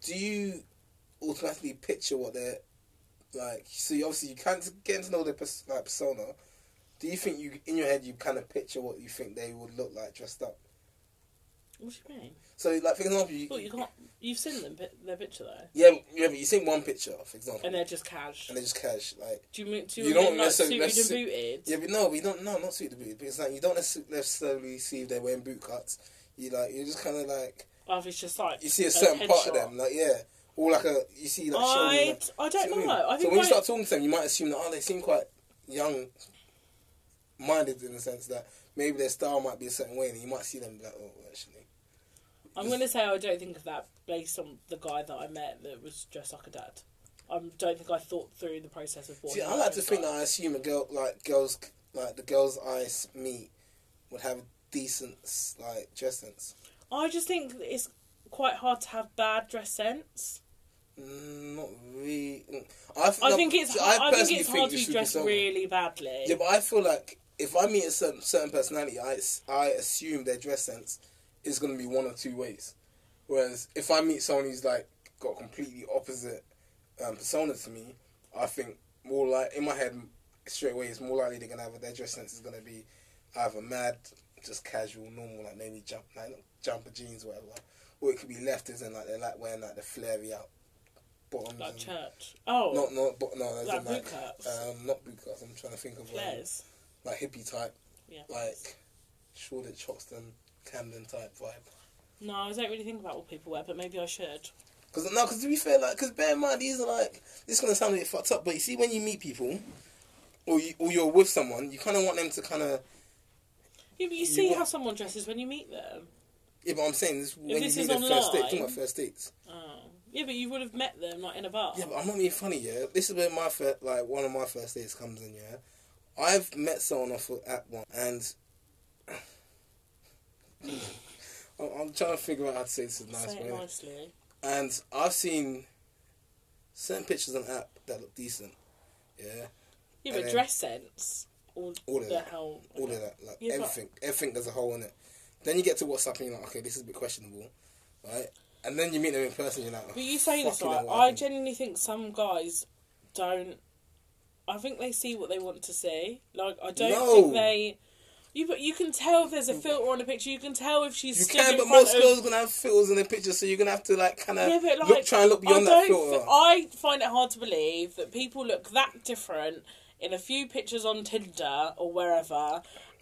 Speaker 1: Do you automatically picture what they're like? So you, obviously you can't get to know their pers- like persona. Do you think you in your head you kind of picture what you think they would look like dressed up?
Speaker 2: What do you mean?
Speaker 1: So like for example, you,
Speaker 2: Well, you can't. You've seen them pi- their picture though,
Speaker 1: yeah yeah, but you seen one picture for example,
Speaker 2: and they're just cash.
Speaker 1: and they're just cash like.
Speaker 2: Do you mean? Do you,
Speaker 1: You
Speaker 2: mean
Speaker 1: don't
Speaker 2: like
Speaker 1: necessarily-
Speaker 2: suited and
Speaker 1: necessarily-
Speaker 2: booted?
Speaker 1: Yeah, but no, we don't. No, not suit the boot. Because like you don't necess- necessarily see if they're wearing boot cuts. You like you're just kind of like
Speaker 2: Or if it's just like
Speaker 1: you see a
Speaker 2: a
Speaker 1: certain part
Speaker 2: headshot.
Speaker 1: of them, like yeah, or like a you see like.
Speaker 2: I,
Speaker 1: shoulders,
Speaker 2: I
Speaker 1: like-
Speaker 2: don't
Speaker 1: see
Speaker 2: know.
Speaker 1: what mean?
Speaker 2: I
Speaker 1: so
Speaker 2: think
Speaker 1: when
Speaker 2: I-
Speaker 1: you start talking to them, you might assume that oh, they seem quite young minded in the sense that maybe their style might be a certain way, and you might see them like oh actually.
Speaker 2: I'm going to say I don't think of that based on the guy that I met that was dressed like a dad. I don't think I thought through the process of what.
Speaker 1: See,
Speaker 2: he
Speaker 1: I like to
Speaker 2: was
Speaker 1: think that I assume a girl like girls like the girls I s- meet would have a decent like dress sense.
Speaker 2: I just think that it's quite hard to have bad dress sense.
Speaker 1: Mm, Not really. Mm. I, th-
Speaker 2: I
Speaker 1: no,
Speaker 2: think it's
Speaker 1: see,
Speaker 2: I, think
Speaker 1: personally
Speaker 2: it's hard
Speaker 1: you
Speaker 2: to be
Speaker 1: should
Speaker 2: dressed
Speaker 1: someone.
Speaker 2: really badly.
Speaker 1: Yeah, but I feel like if I meet a certain, certain personality, I, s- I assume their dress sense is going to be one or two ways. Whereas if I meet someone who's like got completely opposite um, persona to me, I think more like in my head straight away, it's more likely they're gonna have a, their dress sense is gonna be either mad, just casual, normal, like maybe jump, like not jumper jeans, whatever, or it could be lefters and like they're like wearing like the flary out bottoms.
Speaker 2: Like
Speaker 1: and-
Speaker 2: church. Oh,
Speaker 1: not not but no, as
Speaker 2: Like
Speaker 1: in, like
Speaker 2: boot cuts.
Speaker 1: um, not boot cuts. I'm trying to think of um,
Speaker 2: flares.
Speaker 1: like hippie type,
Speaker 2: Yeah.
Speaker 1: like Shoreditch, Hoxton, Camden type vibe.
Speaker 2: No, I don't really think about what people wear, but maybe I should.
Speaker 1: Because no, because to be fair, like, because bear in mind these are like this is gonna sound a bit fucked up, but you see when you meet people, or you or you're with someone, you kind of want them to kind of
Speaker 2: Yeah, but you
Speaker 1: You
Speaker 2: see
Speaker 1: what?
Speaker 2: how someone dresses when you meet them.
Speaker 1: yeah. But I'm saying this when
Speaker 2: this
Speaker 1: you
Speaker 2: is
Speaker 1: meet them first date, talking
Speaker 2: online-
Speaker 1: about first dates.
Speaker 2: Oh. Yeah, but you would have met them like in a bar.
Speaker 1: Yeah, but I'm not being funny. Yeah, this is where my first, like one of my first dates comes in. Yeah, I've met someone off of- at one, and I'm, I'm trying to figure out how to say this in a nice
Speaker 2: Say
Speaker 1: way.
Speaker 2: it nicely.
Speaker 1: And I've seen certain pictures on app that look decent. Yeah, And
Speaker 2: Yeah, but
Speaker 1: then-
Speaker 2: dress sense. All,
Speaker 1: All of
Speaker 2: the
Speaker 1: that.
Speaker 2: hell.
Speaker 1: all of that, like
Speaker 2: Yeah, but-
Speaker 1: everything, everything there's a hole in it. Then you get to WhatsApp and you're like, okay, this is a bit questionable, right? And then you meet them in person, you're like,
Speaker 2: But you say this
Speaker 1: fucking
Speaker 2: right.
Speaker 1: hell, what
Speaker 2: I
Speaker 1: happened?
Speaker 2: genuinely think some guys don't. I think they see what they want to see. Like I don't
Speaker 1: No. Mm.
Speaker 2: think they. You but you can tell if there's a filter on a picture. You can tell if she's
Speaker 1: You
Speaker 2: stood
Speaker 1: can,
Speaker 2: in
Speaker 1: but
Speaker 2: front
Speaker 1: most
Speaker 2: of-
Speaker 1: girls gonna have filters in their pictures, so you're gonna have to like kind of
Speaker 2: Yeah, but like
Speaker 1: look, try and look beyond
Speaker 2: I
Speaker 1: that
Speaker 2: don't
Speaker 1: filter.
Speaker 2: thi- I find it hard to believe that people look that different in a few pictures on Tinder or wherever,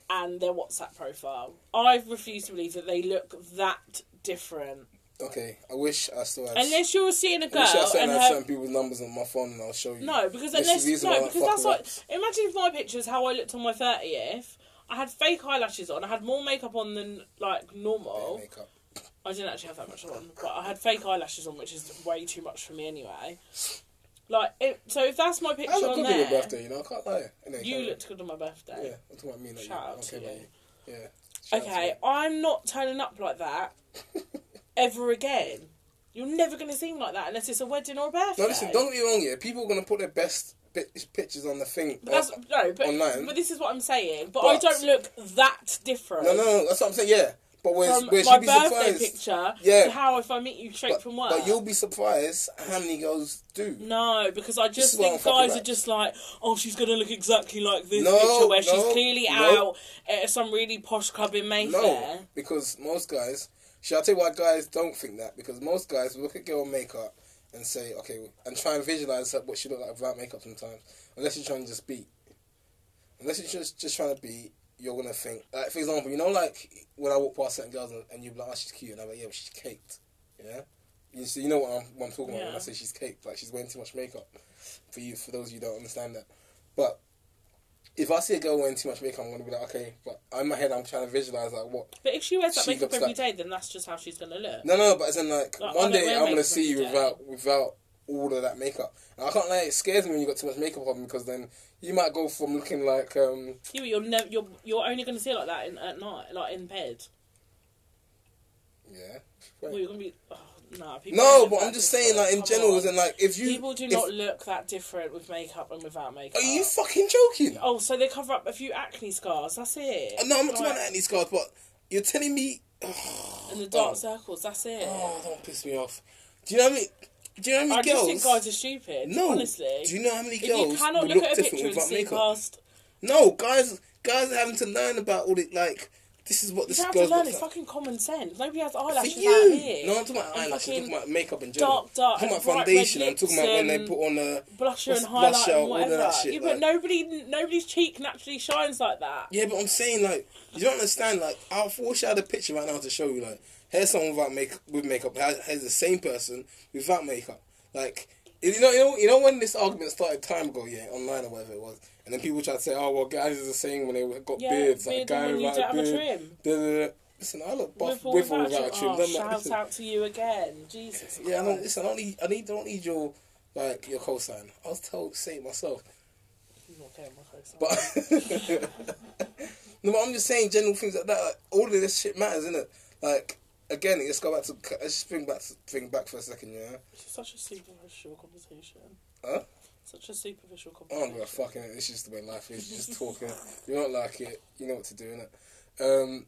Speaker 2: and their WhatsApp profile. I refuse to believe that they look that different.
Speaker 1: okay, I wish I still had.
Speaker 2: Unless you're seeing a girl
Speaker 1: I wish I still
Speaker 2: and
Speaker 1: had
Speaker 2: her
Speaker 1: certain people's numbers on my phone, and I'll show you.
Speaker 2: No, because
Speaker 1: This is
Speaker 2: unless
Speaker 1: the reason why
Speaker 2: no,
Speaker 1: I
Speaker 2: because
Speaker 1: fuck
Speaker 2: that's
Speaker 1: with
Speaker 2: like imagine if my pictures how I looked on my thirtieth. I had fake eyelashes on. I had more makeup on than like normal.
Speaker 1: Yeah, makeup.
Speaker 2: I didn't actually have that much on, but I had fake eyelashes on, which is way too much for me anyway. Like, it, so if that's my picture
Speaker 1: I look
Speaker 2: on
Speaker 1: good
Speaker 2: there,
Speaker 1: on your birthday, you know. I can't lie. Anyway,
Speaker 2: you
Speaker 1: carry on.
Speaker 2: looked good on my birthday.
Speaker 1: Yeah, I'm talking about me. Like,
Speaker 2: Shout out
Speaker 1: you.
Speaker 2: to
Speaker 1: okay,
Speaker 2: you.
Speaker 1: Yeah. Shout out to
Speaker 2: okay, I'm not turning up like that ever again. You're never going to see me like that unless it's a wedding or a birthday.
Speaker 1: No, listen. Don't get me wrong. Yeah, people are gonna put their best pi- pictures on the thing.
Speaker 2: But that's
Speaker 1: on-
Speaker 2: no, but,
Speaker 1: online.
Speaker 2: but this is what I'm saying. But, I
Speaker 1: But-
Speaker 2: don't look that different.
Speaker 1: no, no, no, that's what I'm saying. Yeah, but where,
Speaker 2: From
Speaker 1: where
Speaker 2: my
Speaker 1: she'd be
Speaker 2: birthday
Speaker 1: surprised.
Speaker 2: picture
Speaker 1: Yeah.
Speaker 2: to how if I meet you straight
Speaker 1: but,
Speaker 2: from work.
Speaker 1: but you'll be surprised how many girls do.
Speaker 2: No, because I
Speaker 1: This
Speaker 2: just
Speaker 1: is what
Speaker 2: think
Speaker 1: I'm fucking
Speaker 2: guys are
Speaker 1: about.
Speaker 2: just like, oh, she's gonna look exactly like this
Speaker 1: No,
Speaker 2: picture where she's
Speaker 1: no,
Speaker 2: clearly
Speaker 1: no.
Speaker 2: out at some really posh club in Mayfair.
Speaker 1: No, because most guys. Shall I tell you why guys don't think that? Because most guys will look at girl makeup and say, okay, and try and visualize her- what she look like without makeup sometimes. Unless you're trying to just beat. Unless you're just just trying to beat, you're gonna think. Like for example, you know, like when I walk past certain girls and, and you're like, oh, she's cute, and I'm like, yeah, but she's caked. Yeah. You so you know what I'm, what I'm talking about when
Speaker 2: Yeah.
Speaker 1: I say she's caked. Like she's wearing too much makeup. For you, for those of you who don't understand that, but if I see a girl wearing too much makeup, I'm gonna be like, okay, but in my head, I'm trying to visualize like what.
Speaker 2: But if she wears that
Speaker 1: She
Speaker 2: makeup
Speaker 1: looks
Speaker 2: every
Speaker 1: like-
Speaker 2: day, then that's just how she's gonna look.
Speaker 1: No, no, but as in like
Speaker 2: Like, I
Speaker 1: one
Speaker 2: don't
Speaker 1: day
Speaker 2: wear
Speaker 1: I'm gonna
Speaker 2: makeup
Speaker 1: see you
Speaker 2: every day.
Speaker 1: without without all of that makeup, and I can't lie, it scares me when you got too much makeup on because then you might go from looking like um
Speaker 2: You, you're never, you're you're only gonna see her like that in, at night, like in bed.
Speaker 1: yeah.
Speaker 2: Well, you're gonna be. Oh, nah, people don't
Speaker 1: No,
Speaker 2: look
Speaker 1: but
Speaker 2: that
Speaker 1: I'm just saying
Speaker 2: different.
Speaker 1: like in
Speaker 2: Come
Speaker 1: general,
Speaker 2: on.
Speaker 1: as in like if you
Speaker 2: people do
Speaker 1: if-
Speaker 2: not look that different with makeup and without makeup.
Speaker 1: are you fucking joking? Uh,
Speaker 2: Oh, so they cover up a few acne scars. That's it.
Speaker 1: No, I'm not talking
Speaker 2: Like,
Speaker 1: about acne scars, but you're telling me.
Speaker 2: And the dark circles. That's it.
Speaker 1: Oh, don't piss me off. Do you know how many? Do you know how many
Speaker 2: I
Speaker 1: girls?
Speaker 2: just think guys are stupid.
Speaker 1: no,
Speaker 2: honestly.
Speaker 1: Do you know how many
Speaker 2: if
Speaker 1: girls
Speaker 2: you cannot
Speaker 1: would
Speaker 2: look at a
Speaker 1: different
Speaker 2: picture and
Speaker 1: without
Speaker 2: see
Speaker 1: makeup?
Speaker 2: past,
Speaker 1: No, guys, guys are having to learn about all it. Like this is what
Speaker 2: you
Speaker 1: this
Speaker 2: don't have to
Speaker 1: girl
Speaker 2: learn. It's
Speaker 1: looks like.
Speaker 2: fucking common sense. Nobody has
Speaker 1: For
Speaker 2: eyelashes out
Speaker 1: you.
Speaker 2: here.
Speaker 1: No, I'm talking about eyelashes.
Speaker 2: And
Speaker 1: I'm
Speaker 2: fucking
Speaker 1: talking about makeup in general.
Speaker 2: dark, dark,
Speaker 1: I'm talking about
Speaker 2: bright red
Speaker 1: foundation. I'm talking about when they
Speaker 2: lips
Speaker 1: put on a
Speaker 2: Blusher and
Speaker 1: What's
Speaker 2: highlight
Speaker 1: blusher,
Speaker 2: and
Speaker 1: all of
Speaker 2: whatever.
Speaker 1: that shit,
Speaker 2: yeah, but
Speaker 1: like-
Speaker 2: nobody, nobody's cheek naturally shines like that.
Speaker 1: Yeah, but I'm saying like you don't understand. Like I'll foreshadow the picture right now to show you. Like here's someone without make with makeup. Here's here's the same person without makeup. Like you know, you know, you know when this argument started time ago, yeah, online or whatever it was, and then people tried to say, oh well, guys is the same when they got
Speaker 2: Yeah,
Speaker 1: beards.
Speaker 2: beard
Speaker 1: Like guy
Speaker 2: and when you
Speaker 1: without
Speaker 2: don't have a
Speaker 1: beard.
Speaker 2: trim.
Speaker 1: Da, da, da. Listen, I look buff
Speaker 2: With or
Speaker 1: with or without a
Speaker 2: without you-
Speaker 1: trim.
Speaker 2: Oh,
Speaker 1: doesn't matter.
Speaker 2: shout
Speaker 1: Listen,
Speaker 2: out to you again, Jesus.
Speaker 1: yeah, I don't,
Speaker 2: Christ.
Speaker 1: listen, I don't need, I need, don't need your like your cosign. I was told say it myself.
Speaker 2: I'm not getting my hopes up.
Speaker 1: But no, but I'm just saying general things like that. Like, all of this shit matters, innit? Like again, let's go back to let's just bring back bring back for a second, yeah.
Speaker 2: It's just such a superficial conversation.
Speaker 1: Huh? Oh.
Speaker 2: Such a superficial
Speaker 1: I
Speaker 2: conversation.
Speaker 1: don't give a fuck. Innit? It's just the way life is. You're just talking. You don't like it. You know what to do, innit? Um,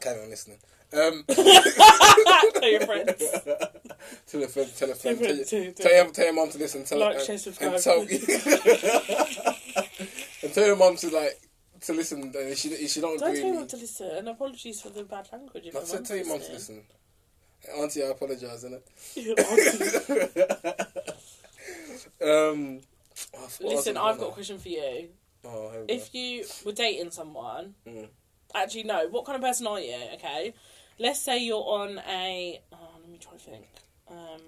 Speaker 1: Carry on listening. Um,
Speaker 2: tell your friends.
Speaker 1: tell a friend, tell a friend, tell,
Speaker 2: Tell your friends
Speaker 1: your-
Speaker 2: too,
Speaker 1: tell,
Speaker 2: too.
Speaker 1: your, tell your mom to listen. Tell
Speaker 2: Like,
Speaker 1: her,
Speaker 2: share, subscribe.
Speaker 1: And tell, and tell your mom to like to listen. And if she if she don't
Speaker 2: Don't
Speaker 1: agree,
Speaker 2: tell your mum to listen, and apologies for the bad language. If
Speaker 1: no, tell, tell your mom to listen. Auntie, I apologize, innit?
Speaker 2: listen.
Speaker 1: Um, oh, what else
Speaker 2: listen,
Speaker 1: is
Speaker 2: I've
Speaker 1: on
Speaker 2: got a question for you.
Speaker 1: there? Oh, here we
Speaker 2: If you were dating someone,
Speaker 1: Mm.
Speaker 2: actually, no, what kind of person are you? Okay, let's say you're on a. Oh, let me try to think. Um,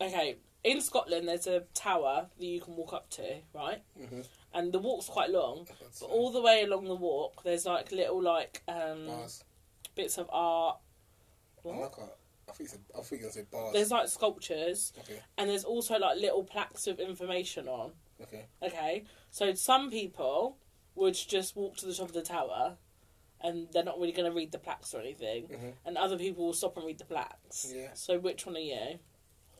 Speaker 2: okay, in Scotland, there's a tower that you can walk up to, right?
Speaker 1: go. Mhm.
Speaker 2: And the walk's quite long,
Speaker 1: That's
Speaker 2: but all the way along the walk, there's like little like um,
Speaker 1: bars.
Speaker 2: bits of art.
Speaker 1: I like that. I think it's a, I think it's a bars.
Speaker 2: There's like sculptures,
Speaker 1: okay,
Speaker 2: and there's also like little plaques with information on.
Speaker 1: okay.
Speaker 2: Okay, so some people would just walk to the top of the tower, and they're not really going to read the plaques or anything,
Speaker 1: Mhm.
Speaker 2: and other people will stop and read the plaques.
Speaker 1: Yeah.
Speaker 2: So which one are you?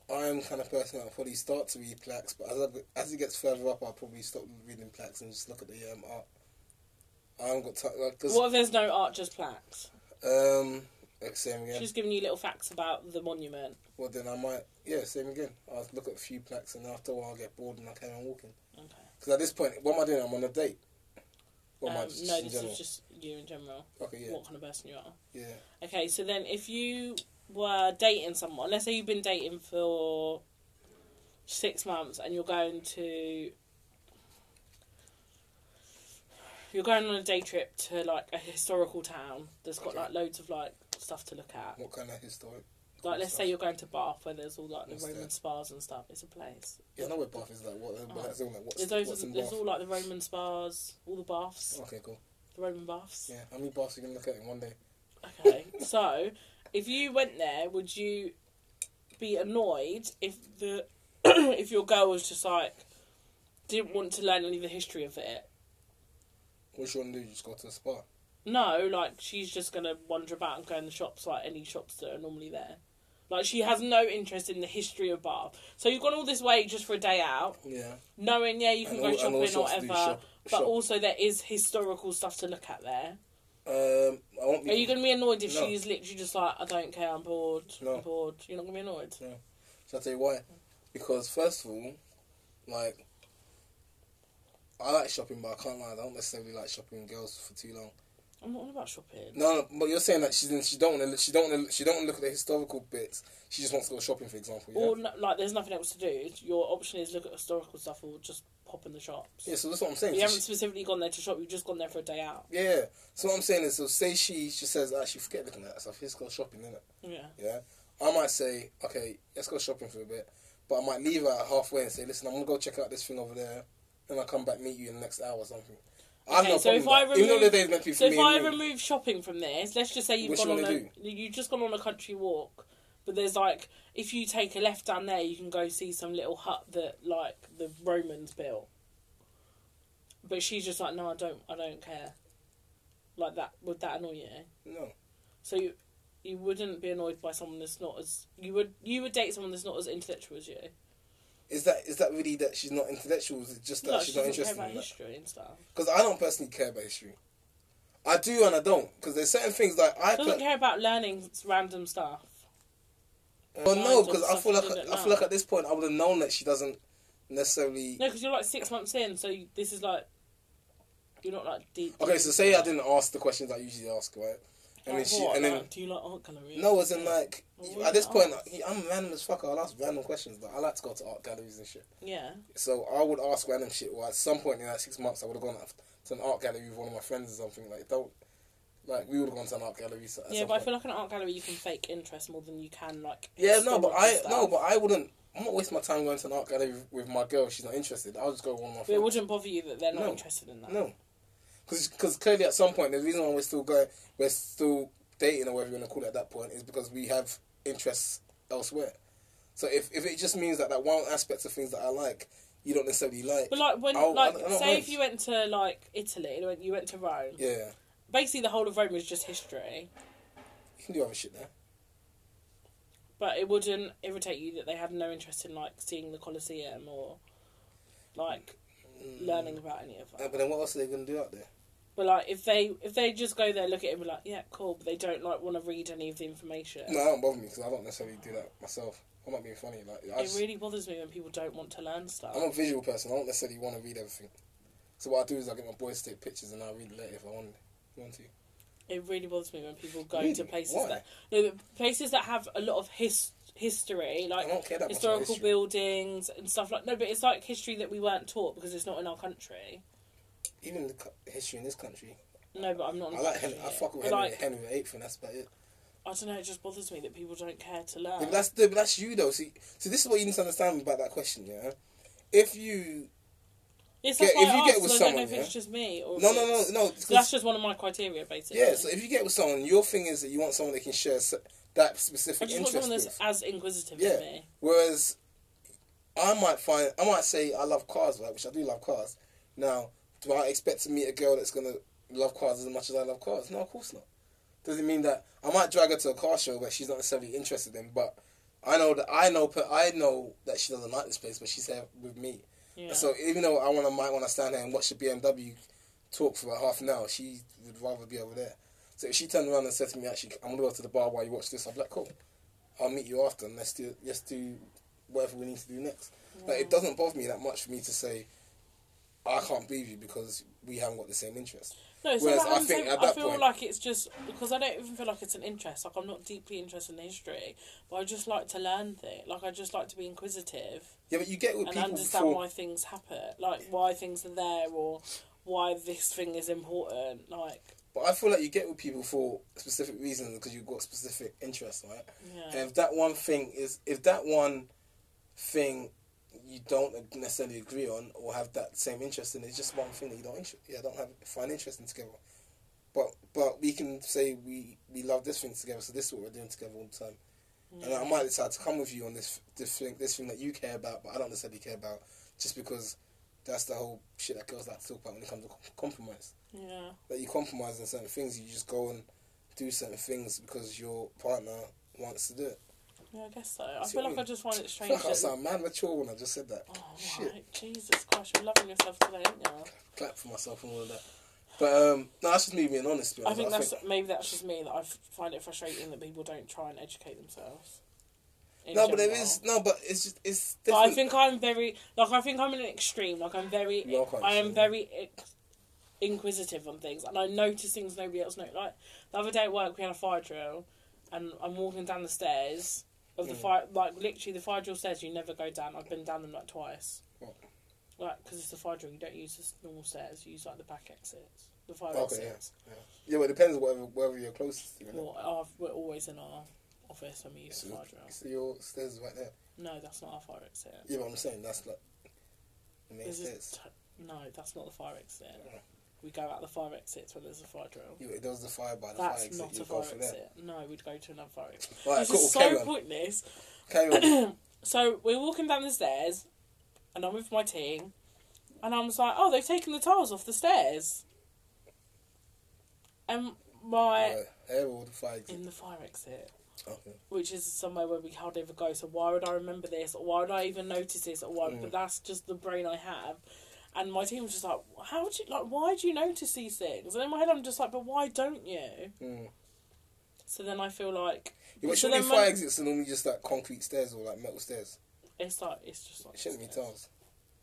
Speaker 1: I am the kind of person that will probably start to read plaques, but as I, as it gets further up, I'll probably stop reading plaques and just look at the um, art. I haven't got time. Like, 'cause,
Speaker 2: What if there's no art, just plaques?
Speaker 1: um, like, same again.
Speaker 2: She's giving you little facts about the monument.
Speaker 1: Well, then I might, yeah, same again. I'll look at a few plaques, and after a while, I'll get bored and I carry on walking.
Speaker 2: Okay.
Speaker 1: Because at this point, what am I doing? I'm on a date. Or am I
Speaker 2: Um,
Speaker 1: just,
Speaker 2: no,
Speaker 1: in
Speaker 2: this
Speaker 1: general?
Speaker 2: is just you in general.
Speaker 1: Okay, yeah,
Speaker 2: What kind of person you are?
Speaker 1: yeah.
Speaker 2: Okay, so then if you were dating someone, let's say you've been dating for six months and you're going to you're going on a day trip to like a historical town that's got
Speaker 1: Okay.
Speaker 2: like loads of like stuff to look at.
Speaker 1: What kind of historic?
Speaker 2: Like let's
Speaker 1: stuff?
Speaker 2: say you're going to Bath where there's all like the
Speaker 1: What's
Speaker 2: Roman
Speaker 1: that?
Speaker 2: spas and stuff. It's a place.
Speaker 1: Yeah, I know where Bath is like. What?
Speaker 2: Oh.
Speaker 1: That's all like what's,
Speaker 2: There's those
Speaker 1: what's in
Speaker 2: there's
Speaker 1: Bath?
Speaker 2: all like the Roman spas, all the baths,
Speaker 1: Okay, cool.
Speaker 2: the Roman baths.
Speaker 1: Yeah, how many baths are you gonna look at in one day?
Speaker 2: Okay, so if you went there, would you be annoyed if the if your girl was just like didn't want to learn any of the history of it?
Speaker 1: What you wanna do? You just go to a spa.
Speaker 2: No, like she's just gonna wander about and go in the shops, like any shops that are normally there. Like she has no interest in the history of Bath. So you've gone all this way just for a day out,
Speaker 1: Yeah.
Speaker 2: knowing yeah you can
Speaker 1: And
Speaker 2: go
Speaker 1: all- and all
Speaker 2: shopping or
Speaker 1: shops do
Speaker 2: whatever,
Speaker 1: shop-
Speaker 2: but
Speaker 1: shop.
Speaker 2: also there is historical stuff to look at there.
Speaker 1: Um, I won't be.
Speaker 2: Are you gonna be annoyed if
Speaker 1: No.
Speaker 2: she's literally just like I don't care, I'm bored,
Speaker 1: No.
Speaker 2: I'm bored. You're not gonna be annoyed.
Speaker 1: Shall I tell you why? Because first of all, like, I like shopping, but I can't lie. I don't necessarily like shopping with girls for too long.
Speaker 2: I'm not all about shopping.
Speaker 1: No, but you're saying that she's in, she don't want to she don't want to she don't want to look at the historical bits. She just wants to go shopping, for example. Yeah.
Speaker 2: Or no, like, there's nothing else to do. Your option is look at historical stuff or just pop in the shops.
Speaker 1: yeah. So that's what I'm saying.
Speaker 2: You
Speaker 1: So
Speaker 2: haven't
Speaker 1: she-
Speaker 2: specifically gone there to shop. You've just gone there for a day out.
Speaker 1: yeah. So what I'm saying is, so say she she says, actually, forget looking at that stuff. Let's go shopping, innit?
Speaker 2: Yeah.
Speaker 1: Yeah. I might say, okay, let's go shopping for a bit, but I might leave her at halfway and say, listen, I'm gonna go check out this thing over there, and I'll come back meet you in the next hour or something. I have
Speaker 2: Okay,
Speaker 1: no
Speaker 2: so
Speaker 1: problem.
Speaker 2: if
Speaker 1: with
Speaker 2: I
Speaker 1: that. Even though
Speaker 2: remove-
Speaker 1: the day's meant to be for
Speaker 2: So
Speaker 1: me
Speaker 2: if I
Speaker 1: and you.
Speaker 2: remove shopping from this, let's just say you've
Speaker 1: What
Speaker 2: gone
Speaker 1: you
Speaker 2: on a
Speaker 1: wanna do?
Speaker 2: you've just gone on a country walk, but there's like if you take a left down there, you can go see some little hut that like the Romans built. But she's just like, no, I don't, I don't care. Like that would that annoy you?
Speaker 1: No.
Speaker 2: So you you wouldn't be annoyed by someone that's not as you would you would date someone that's not as intellectual as you.
Speaker 1: Is that is that really that she's not intellectual? Is it just that
Speaker 2: No,
Speaker 1: she's
Speaker 2: she
Speaker 1: not
Speaker 2: doesn't care
Speaker 1: interested
Speaker 2: about
Speaker 1: in that?
Speaker 2: history and stuff.
Speaker 1: Because I don't personally care about history. I do and I don't. Because there's certain things like I.
Speaker 2: She doesn't
Speaker 1: Per-
Speaker 2: care about learning s- random stuff.
Speaker 1: well, no,
Speaker 2: about
Speaker 1: because I
Speaker 2: stuff
Speaker 1: feel
Speaker 2: you
Speaker 1: like
Speaker 2: didn't
Speaker 1: I feel
Speaker 2: know.
Speaker 1: like at this point I would have known that she doesn't necessarily.
Speaker 2: No, because you're like six months in, so you- this is like you're not like deep.
Speaker 1: Okay, so say I didn't ask the questions I usually ask, right? And then
Speaker 2: Like
Speaker 1: she
Speaker 2: what?
Speaker 1: and then
Speaker 2: Like, do you like art galleries?
Speaker 1: no, as in like
Speaker 2: Well,
Speaker 1: you-
Speaker 2: what
Speaker 1: at
Speaker 2: do you
Speaker 1: this point
Speaker 2: ask?
Speaker 1: I- I'm random as fuck. I'll ask random questions. Like, I like to go to art galleries and shit.
Speaker 2: yeah,
Speaker 1: So I would ask random shit. Or at some point in that six months, I would have gone to an art gallery with one of my friends or something. Like don't like we would have gone to an art gallery. so- at
Speaker 2: yeah,
Speaker 1: some
Speaker 2: but I
Speaker 1: point.
Speaker 2: feel like an art gallery you can fake interest more than you can like.
Speaker 1: Yeah, no, but I
Speaker 2: historical
Speaker 1: no,
Speaker 2: stuff.
Speaker 1: but I wouldn't. I'm not wasting my time going to an art gallery with- with my girl. if She's not interested. I'll just go with one of my
Speaker 2: But it
Speaker 1: friends.
Speaker 2: wouldn't bother you that they're not
Speaker 1: No.
Speaker 2: interested in that.
Speaker 1: No, because clearly at some point the reason why we're still going, we're still dating or whatever you want to call it at that point is because we have interests elsewhere. So if if it just means that that one aspect of things that I like, you don't necessarily like.
Speaker 2: But like when
Speaker 1: I'll-
Speaker 2: like
Speaker 1: I don't- I don't
Speaker 2: say
Speaker 1: mind.
Speaker 2: if you went to like Italy, like, you went to Rome.
Speaker 1: yeah,
Speaker 2: basically the whole of Rome is just history,
Speaker 1: you can do other shit there.
Speaker 2: but it wouldn't irritate you that they had no interest in like seeing the Colosseum or like
Speaker 1: Mm.
Speaker 2: learning about any of
Speaker 1: Yeah,
Speaker 2: that.
Speaker 1: Uh, but then what else are they gonna do out there?
Speaker 2: But like if they if they just go there, look at it, and be like, yeah, cool. But they don't like want to read any of the information.
Speaker 1: No, that don't bother me because I don't necessarily do that myself. I'm not being funny. Like I Oh.
Speaker 2: It
Speaker 1: just,
Speaker 2: really bothers me when people don't want to learn stuff.
Speaker 1: I'm a visual person. I don't necessarily want to read everything. So what I do is I get my boys to take pictures and I read it later if I want want to.
Speaker 2: It really bothers me when people go
Speaker 1: Really?
Speaker 2: to places
Speaker 1: Why?
Speaker 2: that no but places that have a lot of his history,
Speaker 1: I
Speaker 2: like
Speaker 1: don't care that much about
Speaker 2: historical
Speaker 1: history.
Speaker 2: buildings and stuff like. No, but it's like history that we weren't taught because it's not in our country.
Speaker 1: Even the co- history in this country.
Speaker 2: No, but I'm not.
Speaker 1: I
Speaker 2: in the
Speaker 1: like
Speaker 2: country
Speaker 1: Henry. I
Speaker 2: yet.
Speaker 1: fuck with
Speaker 2: But,
Speaker 1: Henry,
Speaker 2: like,
Speaker 1: Henry VIII and that's about it.
Speaker 2: I don't know. It just bothers me that people don't care to
Speaker 1: Yeah,
Speaker 2: learn.
Speaker 1: but that's but that's you though. See, see, this is what you need to understand about that question. Yeah, if you
Speaker 2: Yes,
Speaker 1: Get-
Speaker 2: that's why
Speaker 1: if
Speaker 2: I
Speaker 1: you get
Speaker 2: asked,
Speaker 1: with
Speaker 2: and I
Speaker 1: someone,
Speaker 2: don't know if
Speaker 1: yeah?
Speaker 2: it's just me or
Speaker 1: no
Speaker 2: if
Speaker 1: no no
Speaker 2: it's-
Speaker 1: no,
Speaker 2: So that's just one of my criteria, basically.
Speaker 1: yeah. So if you get with someone, your thing is that you want someone that can share s- that
Speaker 2: I
Speaker 1: specific
Speaker 2: just want
Speaker 1: interest
Speaker 2: someone
Speaker 1: with.
Speaker 2: that's as inquisitive
Speaker 1: Yeah.
Speaker 2: as me.
Speaker 1: Whereas I might find I might say I love cars, right? Which I do love cars. Now, do I expect to meet a girl that's gonna love cars as much as I love cars? No, of course not. Doesn't mean that I might drag her to a car show where she's not necessarily interested in, but I know that I know per- I know that she doesn't like this place, but she's here with me.
Speaker 2: Yeah.
Speaker 1: So even though I wanna might wanna stand there and watch the BMW talk for about half an hour, she would rather be over there. So if she turned around and said to me, "Actually, I'm gonna go to the bar while you watch this," I'd be like, "Cool, I'll meet you after, and let's do let's do whatever we need to do next." Like it doesn't bother me that much for me to say, "I can't believe you" because we haven't got the same interest.
Speaker 2: no, it's
Speaker 1: whereas
Speaker 2: not that
Speaker 1: I
Speaker 2: I'm
Speaker 1: think
Speaker 2: saying-
Speaker 1: at
Speaker 2: I
Speaker 1: that
Speaker 2: feel
Speaker 1: point-
Speaker 2: like it's just because I don't even feel like it's an interest. Like I'm not deeply interested in history, but I just like to learn things. Like I just like to be inquisitive
Speaker 1: Yeah, but you get with
Speaker 2: and
Speaker 1: people
Speaker 2: understand
Speaker 1: before.
Speaker 2: why things happen, like why things are there or why this thing is important. Like
Speaker 1: But I feel like you get with people for specific reasons because you've got specific interests, right?
Speaker 2: yeah,
Speaker 1: And if that one thing is, if that one thing you don't necessarily agree on or have that same interest in, it's just one thing that you don't, inter- yeah, don't have find interest in together. But but we can say we we love this thing together, so this is what we're doing together all the time. And I might decide to come with you on this this thing this thing that you care about, but I don't necessarily care about, just because that's the whole shit that girls like to talk about when it comes to com- compromise
Speaker 2: yeah,
Speaker 1: that you compromise on certain things. You just go and do certain things because your partner wants to do it.
Speaker 2: yeah. I guess so. I
Speaker 1: See
Speaker 2: feel
Speaker 1: what I
Speaker 2: like I
Speaker 1: mean?
Speaker 2: just find it strange.
Speaker 1: Fuck, I
Speaker 2: that-
Speaker 1: sound mad mature when I just said that.
Speaker 2: Oh,
Speaker 1: Shit.
Speaker 2: right. Jesus Christ, you're loving yourself today, aren't you?
Speaker 1: Clap for myself and all of that. But um, no, that's just me being honest. to be
Speaker 2: I
Speaker 1: honest.
Speaker 2: think that's maybe that's just me that I f- find it frustrating that people don't try and educate themselves. in
Speaker 1: no, but there
Speaker 2: general.
Speaker 1: is no, but it's just it's.
Speaker 2: But
Speaker 1: Different.
Speaker 2: I think I'm very like I think I'm an extreme. Like I'm very
Speaker 1: You are quite
Speaker 2: I am
Speaker 1: extreme.
Speaker 2: very ex- inquisitive on things, and I notice things nobody else knows. Like the other day at work, we had a fire drill, and I'm walking down the stairs of the
Speaker 1: Mm.
Speaker 2: fire, like literally the fire drill stairs. You never go down. I've been down them like twice.
Speaker 1: What?
Speaker 2: Like because it's the fire drill, you don't use the normal stairs. You use like the back exits, the fire
Speaker 1: Okay,
Speaker 2: exits.
Speaker 1: yeah, but it depends whatever wherever you're closest to. innit?
Speaker 2: Well, our, we're always in our office when we use
Speaker 1: So,
Speaker 2: the fire drill.
Speaker 1: so your stairs is right there.
Speaker 2: No, that's not our fire exit.
Speaker 1: Yeah, but I'm saying that's like the main
Speaker 2: This is
Speaker 1: stairs.
Speaker 2: t- no, that's not the fire exit.
Speaker 1: Yeah.
Speaker 2: We go out the fire exits when there's a fire drill.
Speaker 1: You, there was the fire by the
Speaker 2: That's
Speaker 1: fire exit.
Speaker 2: not
Speaker 1: you
Speaker 2: a
Speaker 1: go
Speaker 2: fire
Speaker 1: for there.
Speaker 2: exit. No, we'd go to another fire exit.
Speaker 1: Right,
Speaker 2: this
Speaker 1: cool.
Speaker 2: is
Speaker 1: carry,
Speaker 2: so
Speaker 1: on.
Speaker 2: pointless.
Speaker 1: carry on.
Speaker 2: So we're walking down the stairs, and I'm with my team, and I'm just like, oh, they've taken the tiles off the stairs. And my.
Speaker 1: Right, there were all the fire exit.
Speaker 2: In the fire exit.
Speaker 1: Okay.
Speaker 2: which is somewhere where we hardly ever go. So why would I remember this, or why would I even notice this, or why?
Speaker 1: Mm.
Speaker 2: But that's just the brain I have. And my team was just like, "How do you like? Why do you notice these things?" And in my head, I'm just like, "But why don't you?"
Speaker 1: Mm.
Speaker 2: So then I feel like
Speaker 1: Yeah, but
Speaker 2: So
Speaker 1: surely
Speaker 2: then
Speaker 1: fire
Speaker 2: when-
Speaker 1: exits are normally just like concrete stairs or like metal stairs.
Speaker 2: it's like it's just like
Speaker 1: It shouldn't be tiles.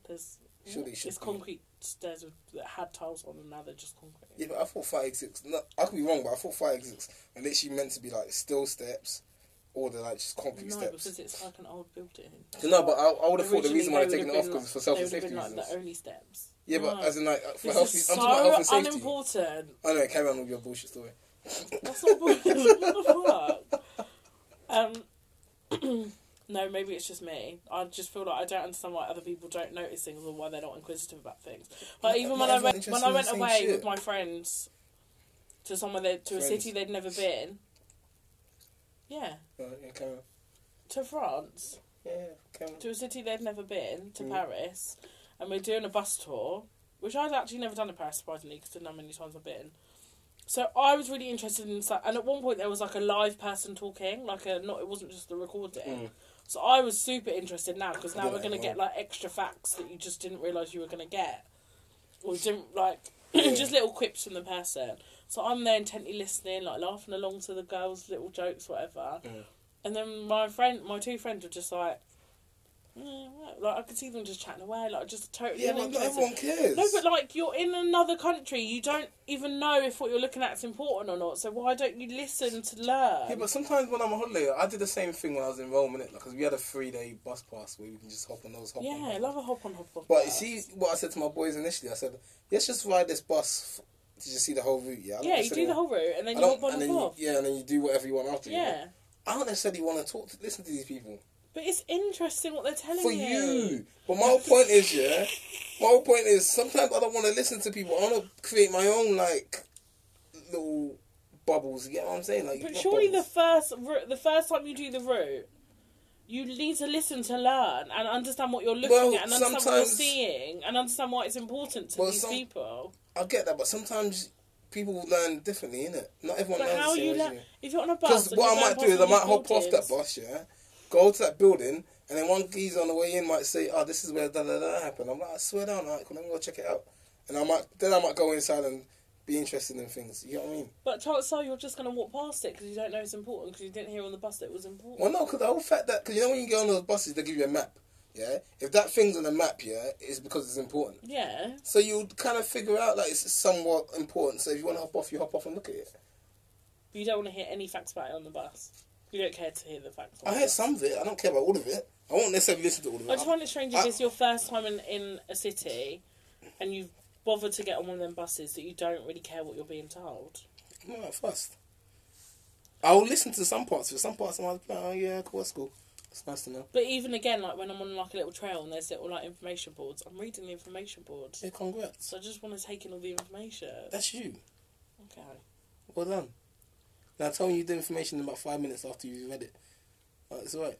Speaker 2: There's
Speaker 1: Surely it should
Speaker 2: it's
Speaker 1: be.
Speaker 2: concrete stairs with, that had tiles on, and now they're just concrete.
Speaker 1: Yeah, but I thought fire exits. No, I could be wrong, but I thought fire exits are literally meant to be like still steps, or they're like just concrete
Speaker 2: No,
Speaker 1: steps.
Speaker 2: because it's like an old building.
Speaker 1: No, but I, I would have thought the
Speaker 2: Originally,
Speaker 1: reason why
Speaker 2: they
Speaker 1: they're taking it
Speaker 2: would have
Speaker 1: off
Speaker 2: been
Speaker 1: because
Speaker 2: like-
Speaker 1: for
Speaker 2: they
Speaker 1: self
Speaker 2: would
Speaker 1: and
Speaker 2: have
Speaker 1: safety
Speaker 2: been like
Speaker 1: reasons.
Speaker 2: the only steps.
Speaker 1: yeah, but
Speaker 2: No.
Speaker 1: as in like uh, for
Speaker 2: this
Speaker 1: health,
Speaker 2: is
Speaker 1: I'm talking about health and
Speaker 2: so
Speaker 1: safety.
Speaker 2: unimportant.
Speaker 1: Oh no, carry on with your bullshit story.
Speaker 2: That's not what the fuck? Um, no, maybe it's just me. I just feel like I don't understand why other people don't notice things or why they're not inquisitive about things. Like even when I
Speaker 1: everyone's
Speaker 2: went
Speaker 1: interested
Speaker 2: when I
Speaker 1: in
Speaker 2: went
Speaker 1: the same
Speaker 2: away
Speaker 1: shit.
Speaker 2: with my friends to somewhere they, to a
Speaker 1: Friends.
Speaker 2: city they'd never been. Yeah,
Speaker 1: Oh, yeah, carry on.
Speaker 2: to France,
Speaker 1: Yeah, carry on.
Speaker 2: to a city they'd never been, to
Speaker 1: Mm.
Speaker 2: Paris, and we're doing a bus tour, which I'd actually never done in Paris surprisingly because I didn't know how many times I've been. So I was really interested in that, and at one point there was like a live person talking, like a not. It wasn't just the recording.
Speaker 1: Mm.
Speaker 2: So I was super interested now because now
Speaker 1: Yeah,
Speaker 2: we're gonna
Speaker 1: well.
Speaker 2: get like extra facts that you just didn't realize you were gonna get, or didn't like
Speaker 1: Yeah.
Speaker 2: just little quips from the person. So I'm there intently listening, like laughing along to the girls' little jokes, whatever.
Speaker 1: Mm.
Speaker 2: And then my friend, my two friends, were just like, "Mm, right." like I could see them just chatting away, like just totally.
Speaker 1: Yeah, but not
Speaker 2: uninterested.
Speaker 1: everyone cares.
Speaker 2: No, but like you're in another country, you don't even know if what you're looking at is important or not. So why don't you listen to learn?
Speaker 1: Yeah, but sometimes when I'm on holiday, I did the same thing when I was in Rome, innit? Because we had a three day bus pass where we can just hop on those. Hop on,
Speaker 2: Yeah,
Speaker 1: hop on.
Speaker 2: love a hop on hop on.
Speaker 1: But you see what I said to my boys initially? I said, let's just ride this bus f- to just see the whole route, yeah? I don't
Speaker 2: yeah, you
Speaker 1: necessarily
Speaker 2: do the
Speaker 1: want-
Speaker 2: whole route and then
Speaker 1: I
Speaker 2: you
Speaker 1: don't-
Speaker 2: hop on
Speaker 1: and
Speaker 2: and
Speaker 1: then you,
Speaker 2: off.
Speaker 1: Yeah, and then you do whatever you want after. you know?
Speaker 2: Yeah,
Speaker 1: I don't necessarily want to talk to listen to these people.
Speaker 2: but it's interesting what they're telling
Speaker 1: For
Speaker 2: you.
Speaker 1: you. But my whole point is, yeah, my whole point is sometimes I don't want to listen to people. I want to create my own, like, little bubbles. You get what I'm saying? Like,
Speaker 2: But
Speaker 1: not
Speaker 2: surely the
Speaker 1: bubbles.
Speaker 2: first ru- the first time you do the route, you need to listen to learn and understand what you're looking
Speaker 1: Well,
Speaker 2: at and understand what you're
Speaker 1: sometimes-
Speaker 2: seeing and understand why it's important to
Speaker 1: Well,
Speaker 2: these
Speaker 1: some-
Speaker 2: people.
Speaker 1: I get that, but sometimes people learn differently, innit? Not everyone
Speaker 2: But
Speaker 1: learns
Speaker 2: how
Speaker 1: the same
Speaker 2: you
Speaker 1: as
Speaker 2: learn?
Speaker 1: you.
Speaker 2: If you're on a bus,
Speaker 1: Because
Speaker 2: and
Speaker 1: what I
Speaker 2: you're
Speaker 1: might do
Speaker 2: going
Speaker 1: is I
Speaker 2: past
Speaker 1: might
Speaker 2: these
Speaker 1: hop off that
Speaker 2: buildings-
Speaker 1: bus, yeah, go to that building, and then one geezer on the way in might say, "Oh, this is where da da da happened." I'm like, "I swear down, like, let me go check it out." And I might then I might go inside and be interested in things. You know what I mean?
Speaker 2: But chances are you're just going to walk past it because you don't know it's important because you didn't hear on the bus that it was important.
Speaker 1: Well, no, because the whole fact that because you know when you get on those buses, they give you a map. Yeah, if that thing's on the map, yeah, it's because it's important.
Speaker 2: Yeah.
Speaker 1: So you kind of figure out that it's somewhat important. So if you want to hop off, you hop off and look at it.
Speaker 2: But you don't want to hear any facts about it on the bus. You don't care to hear the facts. On
Speaker 1: I
Speaker 2: the
Speaker 1: heard
Speaker 2: bus.
Speaker 1: some of it. I don't care about all of it. I won't necessarily listen to all of it.
Speaker 2: I just find it strange if
Speaker 1: I-
Speaker 2: it's your first time in, in a city and you've bothered to get on one of them buses that you don't really care what you're being told.
Speaker 1: No, at first. I'll listen to some parts. For some parts, I'm like, oh yeah, cool, that's cool. It's nice to know.
Speaker 2: But even again, like when I'm on like a little trail and there's little like information boards, I'm reading the information boards.
Speaker 1: Yeah, congrats.
Speaker 2: So I just want to take in all the information.
Speaker 1: That's you.
Speaker 2: Okay.
Speaker 1: Well done. Now tell me you the information in about five minutes after you read it. Uh, it's alright.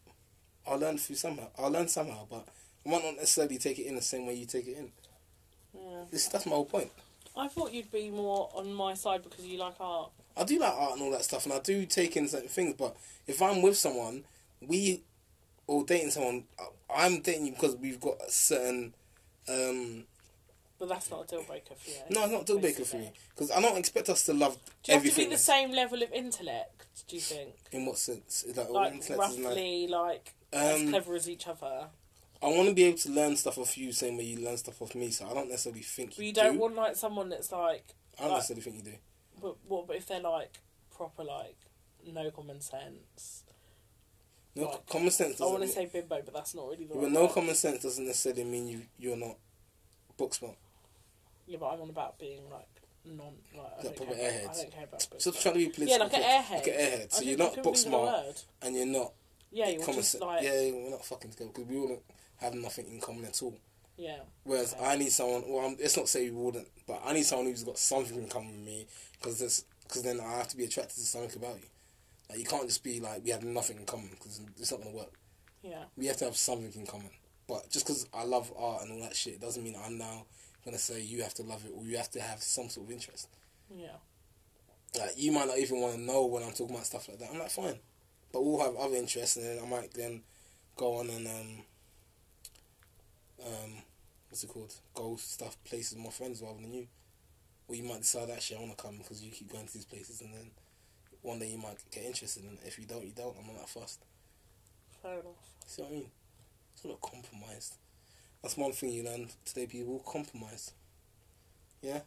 Speaker 1: I'll learn through somehow. I'll learn somehow, but I might not necessarily take it in the same way you take it in.
Speaker 2: Yeah.
Speaker 1: This that's my whole point.
Speaker 2: I thought you'd be more on my side because you like art.
Speaker 1: I do like art and all that stuff, and I do take in certain things. But if I'm with someone, we or dating someone, I- I'm dating you because we've got a certain um,
Speaker 2: But that's not a deal breaker for you.
Speaker 1: No, it's not deal breaker for me because I don't expect us to love
Speaker 2: Do you have to
Speaker 1: everything.
Speaker 2: be the same level of intellect, do you think?
Speaker 1: In what sense? Is that all
Speaker 2: Like,
Speaker 1: intellect is like-
Speaker 2: roughly, like, as
Speaker 1: Um,
Speaker 2: clever as each other.
Speaker 1: I want to be able to learn stuff off you, same way you learn stuff off me. So I don't necessarily think
Speaker 2: But
Speaker 1: you,
Speaker 2: you don't
Speaker 1: do.
Speaker 2: want, like, someone that's like,
Speaker 1: I don't
Speaker 2: like-
Speaker 1: necessarily think you do.
Speaker 2: but what but if they're, like, proper, like, no common sense?
Speaker 1: No
Speaker 2: Like,
Speaker 1: common sense.
Speaker 2: I
Speaker 1: Doesn't
Speaker 2: want to
Speaker 1: mean-
Speaker 2: say bimbo, but that's not really the
Speaker 1: but
Speaker 2: right
Speaker 1: no
Speaker 2: word.
Speaker 1: common sense doesn't necessarily mean you you're not book smart.
Speaker 2: Yeah, but I'm on about being like non. Like, I,
Speaker 1: Like
Speaker 2: don't
Speaker 1: proper
Speaker 2: care about, I
Speaker 1: airheads.
Speaker 2: don't care about. books.
Speaker 1: Stop trying to be
Speaker 2: yeah,
Speaker 1: political.
Speaker 2: like an
Speaker 1: correct.
Speaker 2: airhead.
Speaker 1: Like an airhead. So
Speaker 2: I think
Speaker 1: you're
Speaker 2: I
Speaker 1: not
Speaker 2: couldn't
Speaker 1: book
Speaker 2: think of the
Speaker 1: smart
Speaker 2: word.
Speaker 1: and you're not
Speaker 2: Yeah, you're
Speaker 1: common
Speaker 2: just
Speaker 1: sense.
Speaker 2: like
Speaker 1: Yeah,
Speaker 2: yeah.
Speaker 1: yeah, we're not fucking together because we all don't have nothing in common at all. Whereas
Speaker 2: Okay.
Speaker 1: I need someone. Well, I'm, it's not say you wouldn't, but I need someone who's got something in common with me, because because then I have to be attracted to something about you. Like you can't just be like we have nothing in common, because it's not gonna work.
Speaker 2: yeah,
Speaker 1: We have to have something in common. But just because I love art and all that shit doesn't mean I'm now gonna say you have to love it or you have to have some sort of interest.
Speaker 2: yeah.
Speaker 1: Like you might not even want to know when I'm talking about stuff like that. I'm like fine, but we'll have other interests, and then I might then go on and um um what's it called? Go stuff places with my friends rather than you. Or you might decide actually I want to come because you keep going to these places, and then one day you might get interested, and if you don't, you don't. I'm not that fast.
Speaker 2: Fair enough.
Speaker 1: See what I mean? It's not compromised. That's one thing you learn today, people. Compromise. Yeah.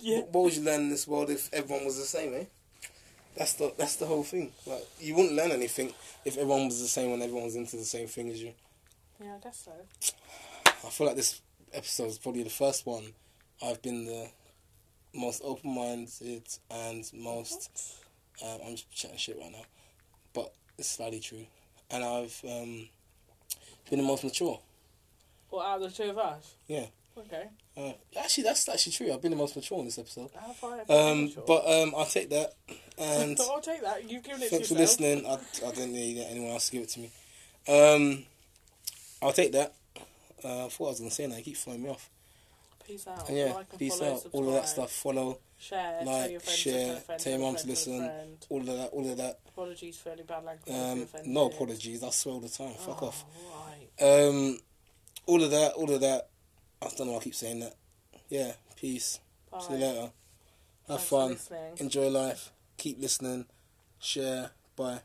Speaker 2: Yeah.
Speaker 1: What, what would you learn in this world if everyone was the same, eh? That's the that's the whole thing. Like you wouldn't learn anything if everyone was the same and everyone was into the same thing as you.
Speaker 2: Yeah, I guess so.
Speaker 1: I feel like this episode is probably the first one I've been the most open minded and most um, I'm just chatting shit right now, but it's slightly true. And I've um, been the most mature.
Speaker 2: Well, out of the two of us.
Speaker 1: Yeah.
Speaker 2: Okay.
Speaker 1: Uh, actually, that's actually true. I've been the most mature in this episode.
Speaker 2: How far?
Speaker 1: Um, but um, I'll take that. And
Speaker 2: I'll take that. You've given it
Speaker 1: thanks
Speaker 2: to
Speaker 1: for
Speaker 2: yourself.
Speaker 1: listening. I, I didn't need anyone else to give it to me. Um, I'll take that. Uh, I thought I was gonna say that. You keep throwing me off.
Speaker 2: Peace out.
Speaker 1: And yeah,
Speaker 2: like and
Speaker 1: peace
Speaker 2: follow,
Speaker 1: out. All of that
Speaker 2: subscribe,
Speaker 1: stuff. Follow.
Speaker 2: Share. tell
Speaker 1: like,
Speaker 2: your friends
Speaker 1: share,
Speaker 2: To tell, a friend,
Speaker 1: tell your
Speaker 2: tell a
Speaker 1: mum to
Speaker 2: friend, tell a
Speaker 1: listen.
Speaker 2: friend.
Speaker 1: All of that. All of that.
Speaker 2: Apologies for any bad language.
Speaker 1: Um,
Speaker 2: if we
Speaker 1: no
Speaker 2: offended.
Speaker 1: apologies. I swear all the time. Fuck
Speaker 2: Oh,
Speaker 1: off.
Speaker 2: Right.
Speaker 1: Um, all of that. All of that. I don't know. why I keep saying that. Yeah. Peace.
Speaker 2: Bye.
Speaker 1: See you
Speaker 2: Alright.
Speaker 1: later. Have
Speaker 2: Thanks for
Speaker 1: fun.
Speaker 2: listening.
Speaker 1: Enjoy life. Keep listening. Share. Bye.